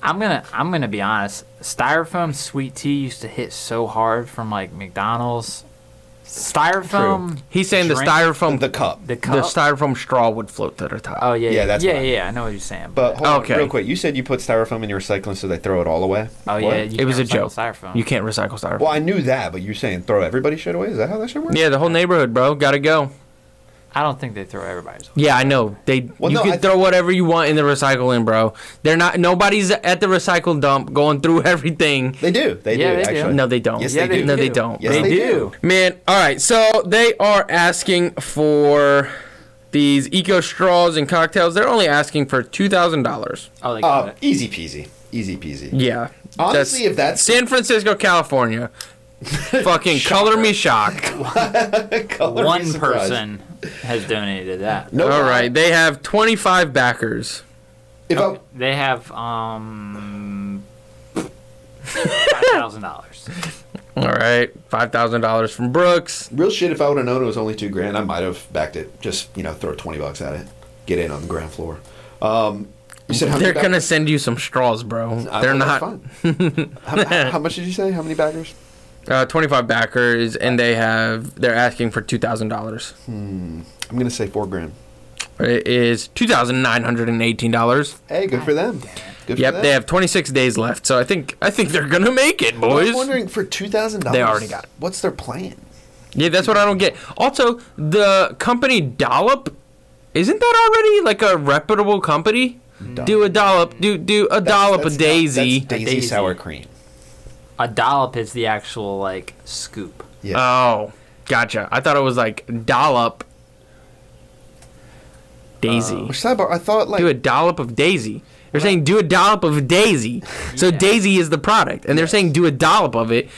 I'm gonna I'm gonna be honest. Styrofoam sweet tea used to hit so hard from like McDonald's. Styrofoam.
He's saying
drink-
the styrofoam,
the cup.
the
The cup.
styrofoam straw would float to the top.
oh yeah, yeah,
that's
yeah,
what I-
yeah, I know what you're saying.
But hold
Okay.
on, real quick, you said you put styrofoam in your recycling so they throw it all away.
oh
What?
yeah, you
it was a
can't recycle
joke.
Styrofoam.
You can't recycle styrofoam.
Well, I knew that, but you're saying throw everybody shit away. Is that how that should work?
Yeah, the whole neighborhood, bro. Gotta go.
I don't think they throw everybody's.
Yeah, I know. They
Well,
you
no,
can
I-
throw whatever you want in the recycling, bro. They're not nobody's at the recycle dump going through everything.
They do. They
Yeah,
do.
they do.
actually.
No, they don't.
Yes,
Yeah,
they,
they
do.
No,
do.
they don't.
Yes,
bro.
they,
They
do.
do.
Man, all right. So they are asking for these eco straws and cocktails. They're only asking for two thousand dollars.
Oh, they got
Uh,
it.
easy peasy. Easy peasy.
Yeah.
Honestly, if that's-
San Francisco, California, fucking color me shocked.
Color me
One
surprised.
person has donated that.
No,
All right, they have twenty-five backers.
If I,
They have um five thousand dollars.
All right, five thousand dollars from Brooks.
real shit, if I would have known it was only two grand, I might have backed it. Just you know, throw twenty bucks at it, get in on the ground floor. Um, you said how
They're
many
gonna
backers?
send you some straws, bro.
I-
They're not.
that's fine. how, how- how much did you say? How many backers?
Uh, 25 backers, and they have they're asking for two thousand dollars.
I'm gonna say four grand.
It is two thousand nine hundred and eighteen dollars.
Hey, good for them. Good for
Yep,
them.
they have 26 days left, so I think I think they're gonna make it,
I
boys.
was wondering for two thousand dollars.
They already got it.
What's their plan?
Yeah, that's what I don't get. Also, the company Dollop, isn't that already like a reputable company? Do a dollop, do do a dollop
That's
a
not-
daisy.
that's daisy,
daisy.
sour cream.
A dollop is the actual like scoop.
Yeah.
Oh, gotcha. I thought it was like dollop daisy.
Which sidebar? I thought like
do a dollop of daisy. They're saying do a dollop of daisy. So daisy is the product, and they're saying do a dollop of it.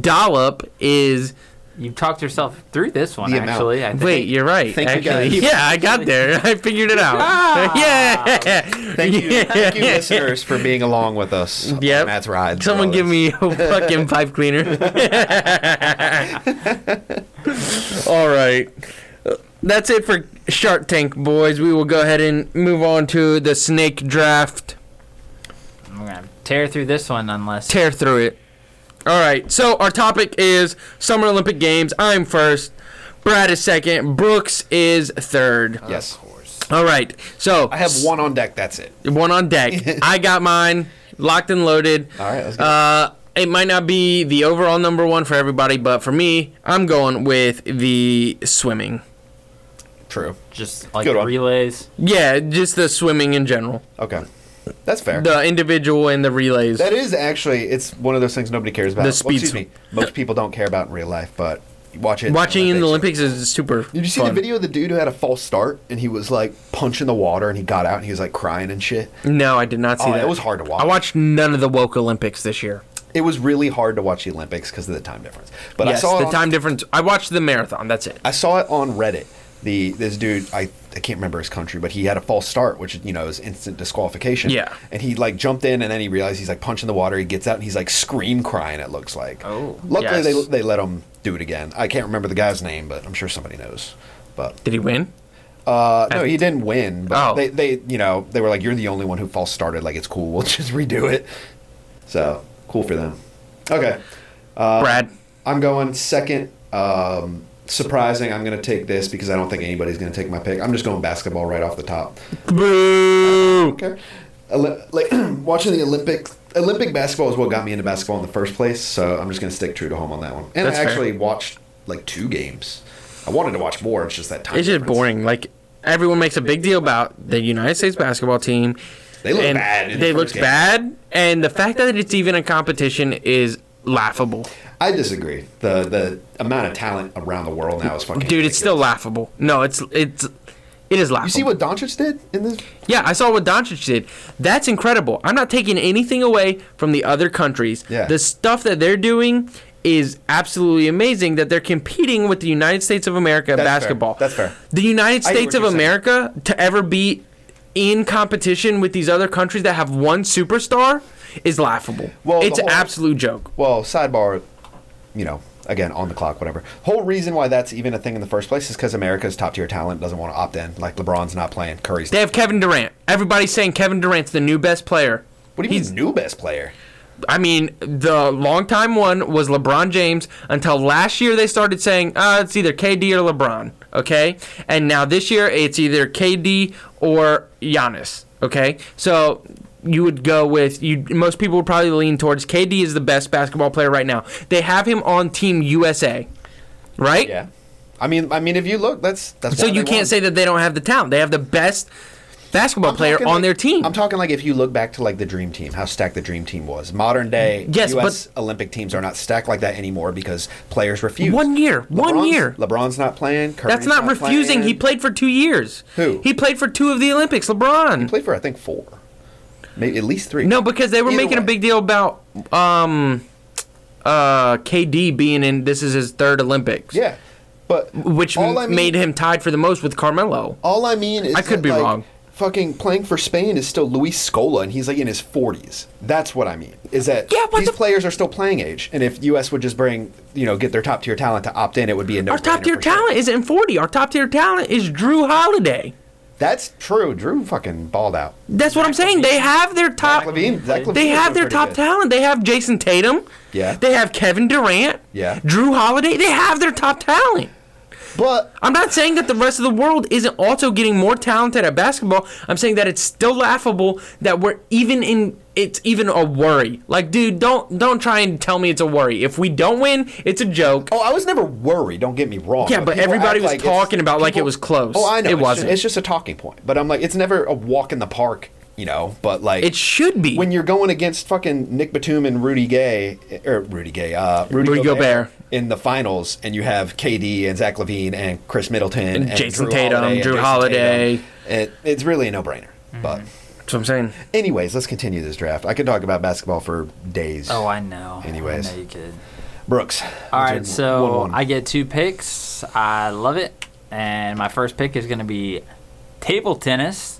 Dollop is
You talked yourself through this one
The amount.
actually. I think.
wait. You're right.
Thank you,
actually,
guys.
yeah, I got there. I figured it out. yeah.
Ah! Thank you, thank you, listeners, for being along with us. on
Yep.
Matt's ride.
Someone
Brothers.
give me a fucking pipe cleaner. All right. That's it for Shark Tank, boys. We will go ahead and move on to the snake draft.
I'm gonna tear through this one unless
tear through it. All right. So our topic is Summer Olympic Games. I'm first. Brad is second. Brooks is third.
Yes,
All right. So
I have one on deck. That's it.
one on deck. I got mine locked and loaded.
All right, let's go.
Uh, it might not be the overall number one for everybody, but for me, I'm going with the swimming.
True.
just like
Good one.
relays.
Yeah, just the swimming in general.
Okay, that's fair.
The individual and the relays.
that is actually it's one of those things nobody cares about.
The
Well,
speed
excuse
sw-
me. Most people don't care about in real life, but watch it.
Watching in the
Olympics.
Olympics is super
Did you see
fun.
the video of the dude who had a false start and he was like punching the water and he got out and he was like crying and shit?
No, I did not see
Oh,
that.
it was hard to watch.
I watched none of the woke Olympics this year.
It was really hard to watch the Olympics because of the time difference. But I
yes,
saw it
the
on,
time difference. I watched the marathon. That's it.
I saw it on Reddit. The this dude, I, I can't remember his country, but he had a false start, which you know is instant disqualification.
Yeah.
and he like jumped in, and then he realized he's like punching the water. He gets out, and he's like scream crying. It looks like.
Oh.
luckily
Yes.
they they let him do it again. I can't remember the guy's name, but I'm sure somebody knows. But
Did he win?
uh, no, he didn't win. But
Oh.
they they you know they were like, you're the only one who false started. Like it's cool. We'll just redo it. So cool for them. Okay. Uh,
Brad.
I'm going second. Um, surprising, I'm going to take this because I don't think anybody's going to take my pick. I'm just going basketball right off the top.
Boo!
Okay. Oli- Like watching the Olympics, Olympic basketball is what got me into basketball in the first place. So I'm just going to stick true to home on that one. And
That's
I
fair.
actually watched like two games. I wanted to watch more. It's just that time.
It's just
difference.
boring. Like everyone makes a big deal about the United States basketball team.
They look
and
bad. in the
they
first
look
game.
bad, and the fact that it's even a competition is laughable.
I disagree. The the amount of talent around the world now is fucking.
Dude, it's still
ridiculous.
laughable. No, it's it's it is laughable.
You see what Doncic did in this?
Yeah, I saw what Doncic did. That's incredible. I'm not taking anything away from the other countries.
Yeah.
The stuff that they're doing is absolutely amazing that they're competing with the United States of America
That's fair.
basketball.
That's fair.
The United
I get
States
what
of
you're saying.
America to ever be in competition with these other countries that have one superstar is laughable. Well,
Well, the
it's an
whole-
absolute joke.
Well, sidebar, you know, again on the clock, whatever. Whole reason why that's even a thing in the first place is because America's top tier talent doesn't want to opt in. Like LeBron's not playing, Curry's.
They have Kevin Durant. Everybody's saying Kevin Durant's the new best player.
What do you mean new best player?
I mean, the longtime one was LeBron James until last year they started saying, uh, it's either KD or LeBron, okay? And now this year it's either KD or Giannis, okay? So you would go with you most people would probably lean towards KD is the best basketball player right now. They have him on team USA, right?
Yeah. I mean, I mean, if you look, that's that's.
So
why
you
they
can't
won.
say that they don't have the talent. They have the best basketball
I'm
player
talking
on
like-
their team.
I'm talking like if you look back to like the dream team, how stacked the dream team was. Modern day
Yes,
U.S. Olympic teams are not stacked like that anymore because players refuse.
One year. One
LeBron's-
year.
LeBron's not playing. Curry's
That's not refusing.
playing.
He played for two years.
Who?
He played for two of the Olympics. LeBron.
played for I think four, maybe at least three.
no, because they were
Either
making a
way.
big deal about um, uh, KD being in. This is his third Olympics.
Yeah, but
Which
all I
m-
mean-
made him tied for the most with Carmelo.
All I mean is
I could
that,
be
like,
wrong.
Fucking playing for Spain is still Luis Scola, and he's like in his 40s. That's what I mean. Is that
Yeah, what
these
the-
players are still playing age, and if US would just bring, you know, get their top tier talent to opt in, it would be a no.
Our top tier talent isn't 40. Our top tier talent is Drew Holiday.
That's true. Drew fucking balled out.
That's what I'm saying. They have their top.
Zach Levine. Zach Levine's
They have
doing
their
pretty
top
good.
talent. They have Jason Tatum.
Yeah.
They have Kevin Durant.
Yeah.
Drew Holiday. They have their top talent.
But
I'm not saying that the rest of the world isn't also getting more talented at basketball. I'm saying that it's still laughable that we're even in it's even a worry. Like dude, don't don't try and tell me it's a worry. If we don't win, it's a joke.
oh, I was never worried. Don't get me wrong.
Yeah, but
people
everybody
act
was
it's-
talking about like it was close.
Oh, I know.
It
It's ju-
wasn't.
it's just a talking point. But I'm like, it's never a walk in the park, you know. But like,
It should be.
when you're going against fucking Nick Batum and Rudy Gay or Rudy Gay, uh, Rudy,
Rudy Gobert.
in the finals, and you have KD and Zach Levine and Chris Middleton and,
Jason
Drew
Tatum,
Holiday and
Drew
Jason
Holiday.
Tatum, it, it's really a no-brainer. But
That's what I'm saying.
anyways, let's continue this draft. I could talk about basketball for days.
Oh, I know.
Anyways.
I know you could.
Brooks.
All
what's
right,
your
so
one, one?
I get two picks. I love it. And my first pick is going to be table tennis.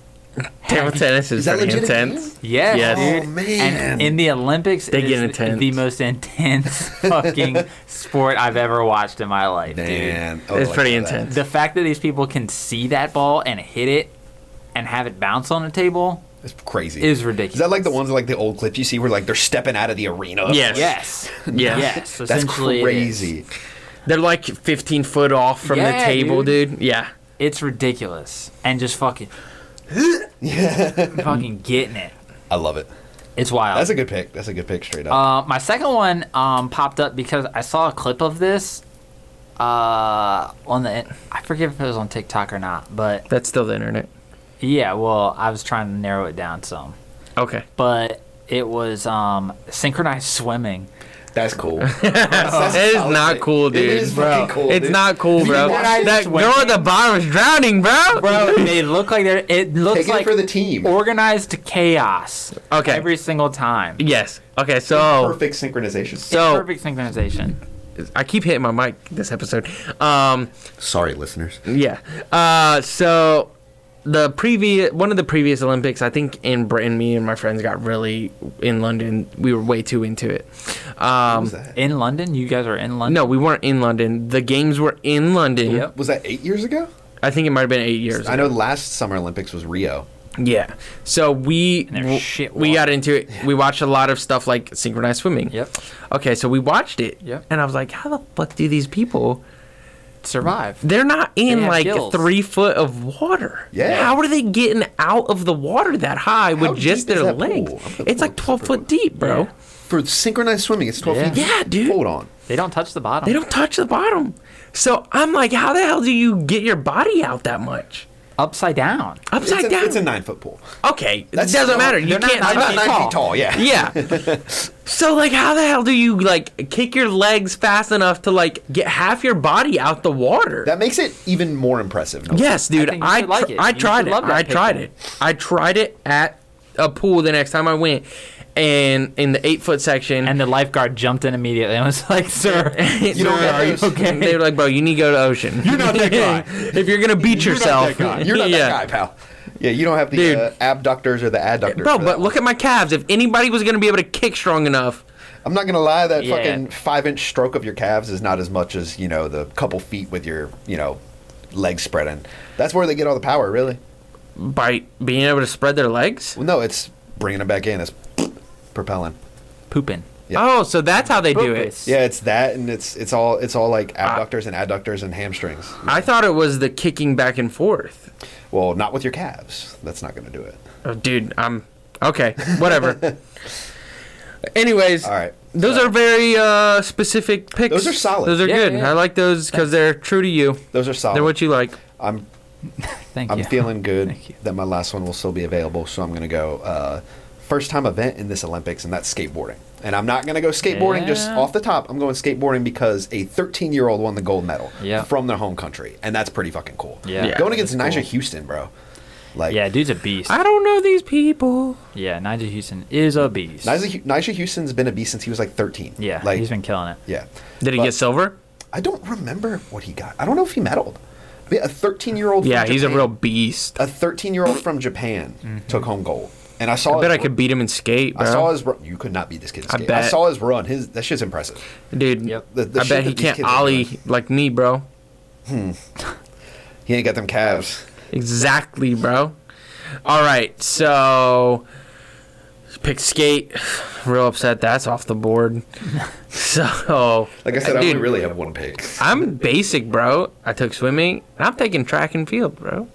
Table tennis is,
Is that
pretty
legit a
intense.
Yes,
Yes.
dude.
Oh, man.
And in the Olympics,
They
it
get
is
intense.
the most intense fucking sport I've ever watched in my life,
Damn, Oh, I would
It's
like
pretty
that.
intense.
dude. The fact that these people can see that ball and hit it and have it bounce on the table.
It's crazy.
Is ridiculous.
Is that like the ones like the old clips you see where like they're stepping out of the arena?
Yes.
Yes.
Yeah.
Yes.
That's
essentially it is.
crazy.
They're like 15 foot off from the
Yeah,
table, dude. Yeah.
It's ridiculous. And just fucking. fucking getting it.
I love it.
It's wild.
That's a good pick. That's a good pick straight up.
Uh, my second one um, popped up because I saw a clip of this uh, on the. I forget if it was on TikTok or not, but
That's still the internet.
yeah. Well, I was trying to narrow it down some,
Okay.
but it was um, synchronized swimming.
That's cool.
It is not cool, dude.
It is
bro.
fucking cool,
It's
dude.
not cool, bro.
watch
That
this one-
girl at the bottom is drowning, bro.
Bro, they look like they're. It looks
Taking it
like
for the team.
Organized chaos.
Okay.
Every single time.
Yes. Okay, so
Perfect synchronization.
so
Perfect synchronization.
I keep hitting my mic this episode. Um
Sorry, listeners.
yeah. Uh so the previous one of the previous Olympics, I think in Britain, me and my friends got really in London. We were way too into it. Um,
was that?
In London, you guys are in London.
no, we weren't in London. The games were in London.
Yep.
Was that eight years ago?
I think it might have been eight years.
I know last summer Olympics was Rio.
Yeah. So we
And there's
w-
shit
we
water.
got into it. We watched a lot of stuff like synchronized swimming.
Yep.
Okay, so we watched it.
Yep.
And I was like, how the fuck do these people?
Survive.
They're not in
have
like
gills.
three foot of water.
Yeah.
How are they getting out of the water that high with
How
just
deep is
their
that pool?
legs?
I'm gonna
It's
pull
like
up the
12 foot deep, bro.
For synchronized swimming, it's 12 feet.
Yeah, dude.
Hold on.
They don't touch the bottom.
They don't touch the bottom. So I'm like, how the hell do you get your body out that much?
Upside down.
It's
Upside
a,
down.
it's a nine foot pool.
okay, it doesn't matter. You
they're not
can't.
nine
touch
feet
the
Nine feet tall, yeah.
Yeah. so like how the hell do you like kick your legs fast enough to like get half your body out the water?
That makes it even more impressive. No
yes, dude.
think you
I
should like
tr-
it.
I
You
tried
should
it.
love that
I tried
picture.
it. I tried it at a pool the next time I went and in the 8 foot section
And the lifeguard jumped in immediately and was like, "Sir,
You
don't
are you
have those.
okay? They were like, bro, you need to go to ocean. You're
not that guy.
if you're gonna beat yourself,
guy. Oh, You're not
Yeah.
that guy, pal. Yeah, you don't have
Dude.
the uh, abductors or the adductors.
Bro,
for that
but look at my calves. If anybody was gonna be able to kick strong enough,
I'm not gonna lie, that
Yeah.
fucking five inch stroke of your calves is not as much as you know the couple feet with your you know legs spreading. That's where they get all the power, really.
by being able to spread their legs,
Well, no, it's bringing them back in. It's propellant.
Pooping.
Yeah.
Oh, so that's how they do it.
Purpose.
Yeah, it's that, and it's it's all it's all like abductors and adductors and hamstrings.
I thought it was the kicking back and forth.
Well, not with your calves. That's not going to do it.
Oh, dude, I'm okay. Whatever. Anyways,
All right.
Those
So-
are very uh, specific picks.
Those are solid. Oh.
Those are
Yeah,
good.
yeah, yeah.
I like those because they're true to you.
Those are solid.
They're what you like.
I'm
Thank
I'm
you.
feeling good
Thank you.
that my last one will still be available, so I'm going to go uh, first time event in this Olympics, and that's skateboarding. And I'm not going to go skateboarding just
Yeah.
off the top. I'm going skateboarding because a 13 year old won the gold medal
Yeah.
from their home country, and that's pretty fucking cool.
Yeah. Yeah.
going against
That's
Nigel
cool.
Houston, bro. Like,
Yeah, dude's a beast.
I don't know these people.
Yeah, Nigel Houston is a beast.
Nigel, Hu- Nigel Houston's been a beast since he was like 13.
yeah,
like
he's been killing it.
yeah.
Did he
But-
get silver?
I don't remember what he got. I don't know if he medaled. I mean, a 13 year old.
Yeah, he's a real beast.
A 13 year old from Japan took home gold, and I saw.
Mm-hmm. I bet I
his-
could beat him in skate, bro.
Oh, I saw his run. You could not beat this kid's
I
skate. I
bet.
saw his run. His that shit's impressive.
dude.
Yep.
The- the
I
shit
bet
that
he
these
can't
kids are
ollie
doing.
like me, bro.
He ain't got them calves.
Exactly, bro. All right, so pick skate. Real upset that's off the board. So,
Like I said, I
dude,
only really have one pick.
I'm basic, bro. I took swimming. I'm taking track and field, bro.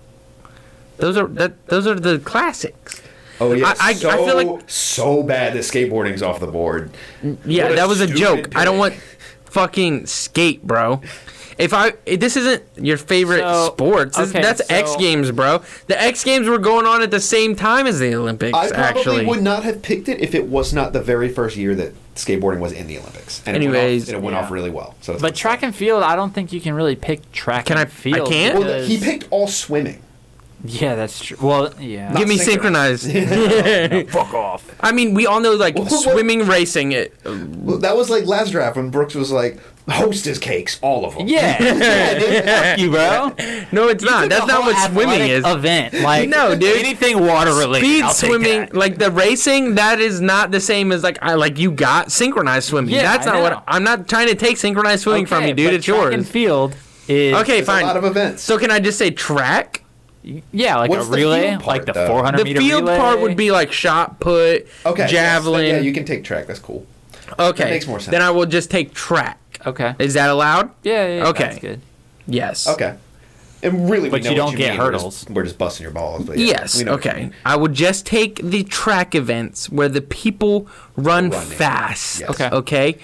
Those are that. Those are the classics.
Oh yeah,
I- I- I
so,
feel like-
so bad that skateboarding's off the board.
Yeah,
What a
that was a
stupid
joke. I don't
pick.
want fucking skate, bro. If I if this isn't your favorite
So,
sports, this-
okay,
that's X
so-
Games, bro. The X Games were going on at the same time as the Olympics.
I probably
actually,
would not have picked it if it was not the very first year that skateboarding was in the Olympics. And
Anyways,
it went off, and it went
yeah.
off really well. So that's
But track and field, I don't think you can really pick track.
Can I-
and field
I can't?
well, th- he
because-
picked all swimming.
Yeah, that's true. Well, yeah.
give me synchronized.
fuck off.
I mean, we all know like
Well, what-
swimming, racing. It.
Well, that was like last draft when Brooks was like, "Hostess cakes, all of them."
Yeah, yeah dude, fuck you, bro.
No, it's not.
Took
That's
a
not
whole
what swimming
athletic
is.
Event like
No, dude.
Anything water related.
Speed
I'll take
swimming,
that.
like the racing, that is not the same as like I like you got synchronized swimming.
Yeah,
That's
I
not
know.
what I'm not trying to take synchronized swimming from
Okay,
you, dude.
but
It's
track And
yours.
field is
Okay,
There's
fine.
a lot of events.
So can I just say track?
Yeah, like
What's
a
the
relay,
field part,
like the
though?
400
The
meter
field
relay.
part would be like shot put,
okay,
javelin.
Yes, yeah, you can take track. That's cool.
okay,
that makes more sense.
Then I will just take track.
okay.
Is that allowed?
Yeah, yeah, yeah,
Okay.
That's good.
Yes.
Okay. And really, we
But
know
you
what
don't get
mean. We're just-
hurdles.
We're just, busting your balls. But yeah,
Yes.
we know what you
Okay.
mean.
I would just take the track events where the people run
Running.
fast.
Yes.
Okay.
Okay.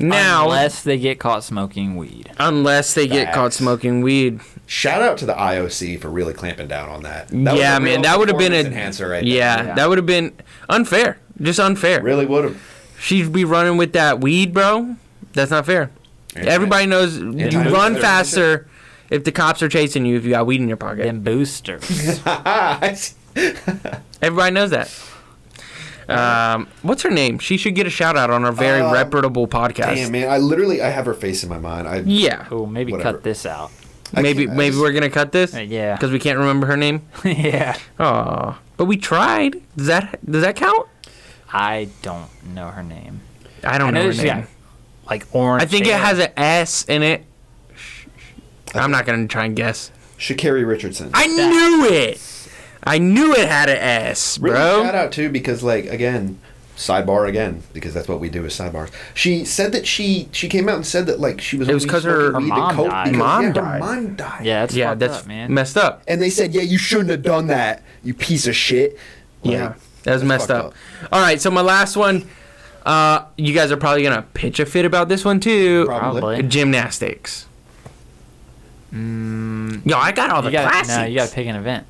Now, unless,
unless they get caught smoking weed.
they get caught
Facts.
smoking weed.
Shout out to the IOC for really clamping down on that. that was
yeah,
a real
man, that would have been a
performance enhancer, right?
yeah,
there.
that would have been unfair. Just unfair.
really would have.
She'd be running with that weed, bro. That's not fair.
Anti-
Everybody knows you
anti-booster.
run faster if the cops are chasing you if you got weed in your pocket.
Them boosters.
Everybody knows that. Um, what's her name? She should get a shout out on our very reputable podcast.
Um, Damn, man, I literally I have her face in my mind. I
Yeah.
oh, maybe
Whatever.
cut this out.
I
Maybe
can't- I
maybe
just-
we're gonna cut this.
Uh, yeah.
Because we can't remember her name.
yeah.
Oh, but we tried. Does that does that count?
I don't know her name.
I don't
I
know
know
her
she
name.
got like orange.
I think it
hair.
has an S in it. I'm not gonna try and guess.
Shakari Richardson.
I knew it. I knew it had an S,
Really shout
bro.
out too because like again, sidebar again because that's what we do is sidebars. She said that she she came out and said that like she was
It was
only
'cause her-
smoking
her
weed
mom
and coke
died.
because
Mom
yeah,
died.
her mom died.
Yeah, that's
Yeah,
fucked
that's
up, man.
messed up.
and they said yeah you shouldn't have done that you piece of shit. Like,
Yeah, that was
that's
messed
fucked
up. All right, so my last one. Uh, you guys are probably gonna pitch a fit about this one too.
Probably.
Probably.
Gymnastics. Yo, I got all the
Mm. you gotta,
classics.
no, you gotta pick an event.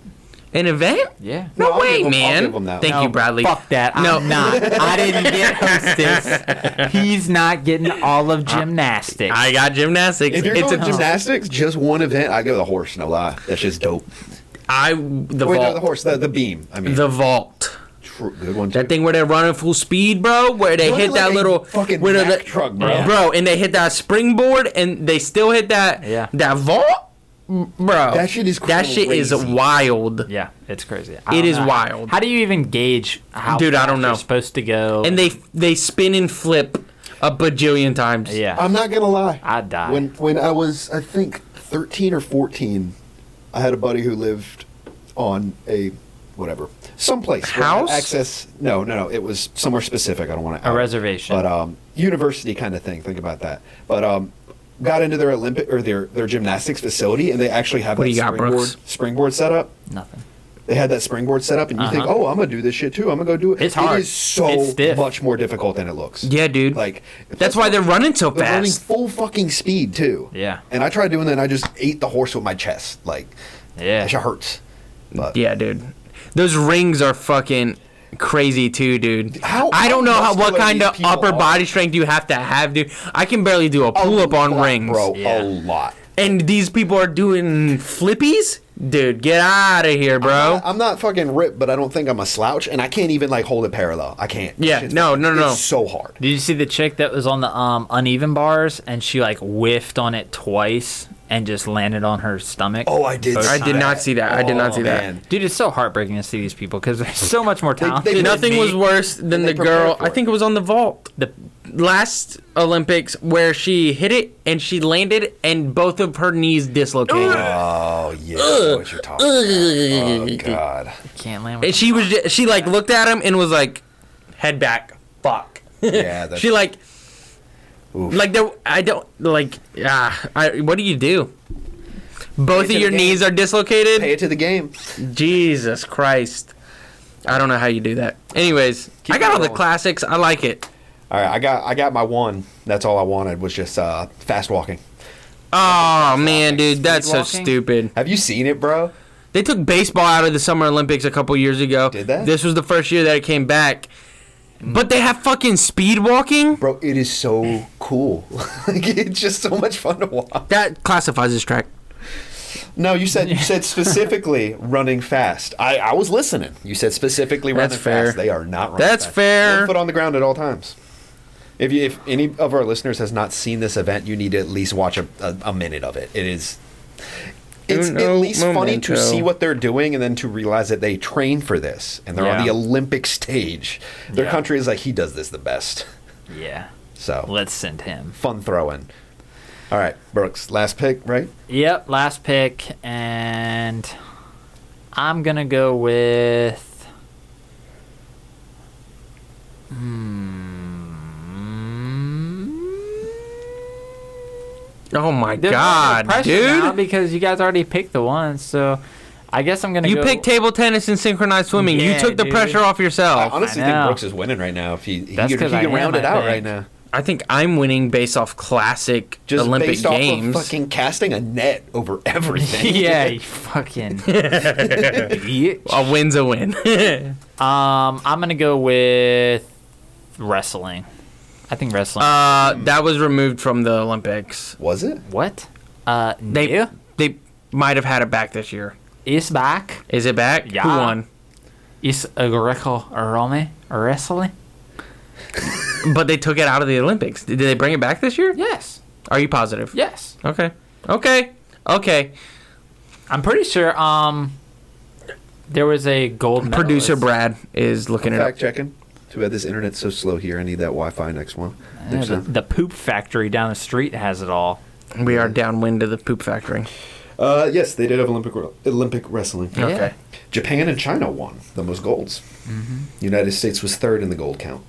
An event?
Yeah.
No,
No, I'll
way,
give 'em- I'll
man.
give 'em that
Thank
one.
you, Bradley.
Fuck that.
No.
I'm not. I didn't get hostess. He's not getting all of gymnastics.
I got gymnastics.
If you're
it's
going
a
gymnastics, just one event, I go the horse. No lie, that's just dope.
I the
Wait, no,
vault.
the horse, the, the beam. I mean,
The vault.
tr- good one.
That
too.
thing where they're running full speed, bro. Where they
Running
hit that
like a
little
fucking
where
Mack truck, bro.
Bro, and they hit that springboard, and they still hit that
Yeah.
that vault, Mm, bro.
That shit is
that shit is
crazy.
wild.
yeah, it's crazy. I
It
don't
is
know.
wild.
How do you even gauge how
Dude, I
fast
don't know.
You're supposed to go.
And they they spin and flip a bajillion times.
Yeah.
Um,
I'm not gonna lie.
I died.
When when I was I think 13 or 14, I had a buddy who lived on a whatever
someplace where I
House?
had access. No, no, no. It was somewhere specific. I don't want to.
A reservation.
but um, university kind of thing. Think about that. But um, got into their Olympic or their their gymnastics facility, and they actually have
What
that
do you got,
springboard
Brooks?
springboard set up.
Nothing.
They had that springboard set up, and you think,
Uh-huh.
oh, I'm gonna do this shit too. I'm gonna go do it.
It's hard.
It is so
It's stiff.
much more difficult than it looks.
Yeah, dude.
Like
That's why they're running so
they're running
fast.
full fucking speed too.
Yeah.
And I tried doing that, and I just ate the horse with my chest. Like,
Yeah.
that shit hurts. But
Yeah, dude. Those rings are fucking crazy too, dude.
How-
I don't know
how
how what
muscular
kind
these
of
people
upper
are.
body strength you have to have, dude. I can barely do a pull up on
lot,
rings.
bro, Oh.
Yeah.
a lot.
And these people are doing flippies? Dude, get out of here, bro.
I'm not fucking ripped, but I don't think I'm a slouch, and I can't even like hold it parallel. I can't.
Yeah,
Shit's
no,
fucking-
no, no,
It's so hard.
Did you see the chick that was on the um, uneven bars and she like whiffed on it twice and just landed on her stomach?
Oh, I did.
I did not see that. I did not
Oh,
see that.
man.
Dude, it's so heartbreaking to see these people because they're so much more talented.
they-
than
Nothing
me.
was worse than
they
the
prepare
girl.
for
I
it.
think it was on the vault, the last Olympics where she hit it and she landed and both of her knees dislocated.
Oh yeah, I know what you're talking about. Oh god.
Can't land.
And
With
she was ju- she like looked at him and was like, head back, fuck.
Yeah, that's
she like, like there. I don't like. Ah, I, what do you do? Both of
to the
your
game.
knees are dislocated.
pay it to the game.
Jesus Christ. I don't know how you do that. Anyways, I got all the classics. I like it.
All right, I got I got my one. That's all I wanted was just uh, fast walking.
Oh man, dude, that's so
Speed walking?
stupid.
Have you seen it, bro?
They took baseball out of the Summer Olympics a couple years ago.
Did they?
This was the first year that it came back. But they have fucking speed walking.
Bro, it is so cool. like, it's just so much fun to watch.
That classifies as track.
No, you said you said specifically running fast. I, I was listening. You said specifically running
That's fair.
fast. They are not running
That's
fast.
fair.
One foot on the ground at all times. If you, if any of our listeners has not seen this event, you need to at least watch a, a, a minute of it. It is it's
Uno
at least funny to
momento.
see what they're doing and then to realize that they train for this and they're on
Yeah.
the Olympic stage. Their
Yeah.
country is like he does this the best.
yeah.
So
Let's send him.
fun throwing. All right, Brooks, last pick, right?
Yep, last pick, and I'm gonna go with.
Oh my
There's no
god,
pressure now
dude.
because you guys already picked the one, so I guess I'm gonna.
You
go-
picked table tennis and synchronized swimming. you
Yeah,
took the
dude.
pressure off
I
yourself. I,
honestly
I
think
know.
Brooks is winning right now. If he, he,
That's
could- he
'cause I
can
am,
round
I
it out
think.
right now.
think I'm winning based off classic
Just
Olympic
based
games.
off of fucking casting a net over everything.
yeah, you fucking. idiot.
a win's a win.
Um, I'm gonna go with wrestling. I think wrestling.
uh, that was removed from the Olympics.
Was it?
what? Uh,
They
no.
they might have had it back this year.
is back.
Is it back?
Yeah.
Who won?
Is a Greco Rome wrestling?
But they took it out of the Olympics. Did they bring it back this year?
Yes.
Are you positive?
Yes.
Okay. Okay. Okay.
I'm pretty sure. Um, there was a gold medalist.
Producer Brad is looking it up.
Fact checking. Too bad this internet's so slow here. I need that Wi-Fi next one.
Yeah, the, the poop factory down the street has it all.
We are downwind to the poop factory.
Uh, yes, they did have Olympic Olympic wrestling.
Okay.
Japan and China won the most golds. United States was third in the gold count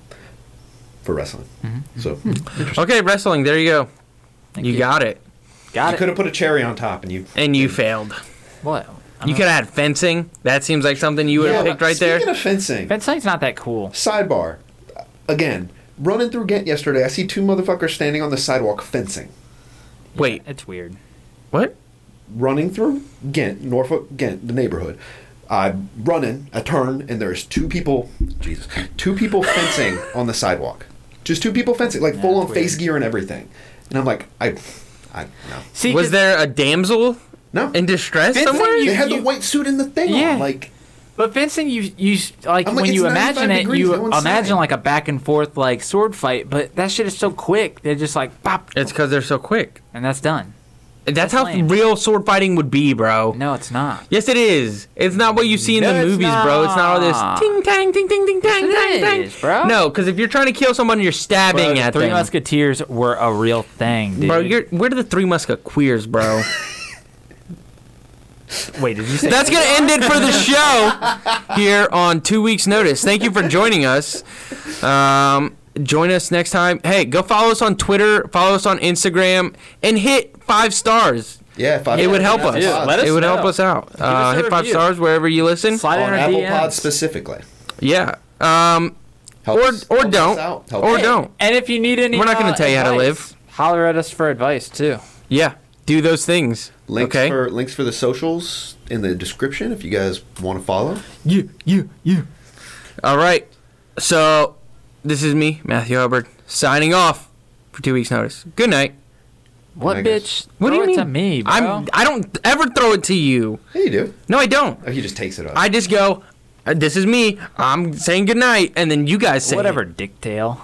for wrestling. So interesting.
Okay, wrestling. There you go. you,
you.
got it.
Got
you
it.
could have put a cherry on top, and you
And you failed.
What? I
You
don't-
could have had fencing. That seems like something you would have
Yeah,
picked
but
right there.
Speaking of fencing,
Fencing's not that cool.
sidebar. Again, running through Ghent yesterday, I see two motherfuckers standing on the sidewalk fencing.
Wait,
It's weird.
what?
running through Ghent, Norfolk, Ghent, the neighborhood. I'm running, I turn, and there's two people, Jesus, two people fencing on the sidewalk. Just two people fencing, like full on
that's
face
weird.
gear and everything. And I'm like, I, I, no.
See,
Was there a damsel
No.
in distress
Fencing,
somewhere?
they
you-
had the white suit and the thing
Yeah.
on. Like,
But fencing, you you s- like
I'm like,
when
it's
you
95
imagine it,
degrees,
you
no one's
imagine
signing.
like a back and forth like sword fight. But that shit is so quick; they're just like pop,
It's because they're so quick.
and that's done. That's
That's, how
lame.
real sword fighting would be, bro.
No, it's not.
Yes, it is. It's not what you see in
No,
the
it's
movies, bro. It's not all this
not.
ting tang, ting ting ting tang
it
tang tang.
is, bro.
No, because if you're trying to kill someone, you're stabbing
Bro,
at
Three
them.
Musketeers were a real thing, dude.
Bro, you're where are the three musketeers, bro?
Wait, did you say?
That's going to end it for the show here on Two Weeks Notice. Thank you for joining us. Um, join us next time. Hey, go follow us on Twitter, follow us on Instagram, and hit five stars.
Yeah, five
It would
stars.
help us.
Yeah, let us
it would help
know.
us out. Uh,
us a
hit five
review.
stars wherever you listen.
Slide
on
in our
Apple
DMs.
Pod specifically.
Yeah. Um,
Help
or
us-
or
help us out.
don't.
Help
Or
us.
don't.
And if you need any,
Oh. We're not gonna
uh,
tell you how to
advice, Holler at us for advice too.
Yeah. Do those things.
Links
okay.
for links for the socials in the description if you guys want to follow.
You, you, you. All right. So this is me, Matthew Hubbard, signing off for two weeks' notice. Good night.
What
I guess-
bitch? Throw it To me, bro.
I'm- I don't ever throw it to you.
Yeah, you do.
No, I don't.
Oh, he just takes it up.
I just go. "Uh, This is me. I'm saying good night, and then you guys say it.
Whatever, dicktail.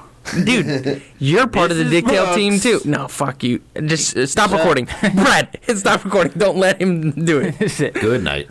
dude. You're part of the
This is
Dicktail team too.
Brooks.
No, fuck you. Just uh, stop recording, Brad. Stop recording. Don't let him do it.
Good night.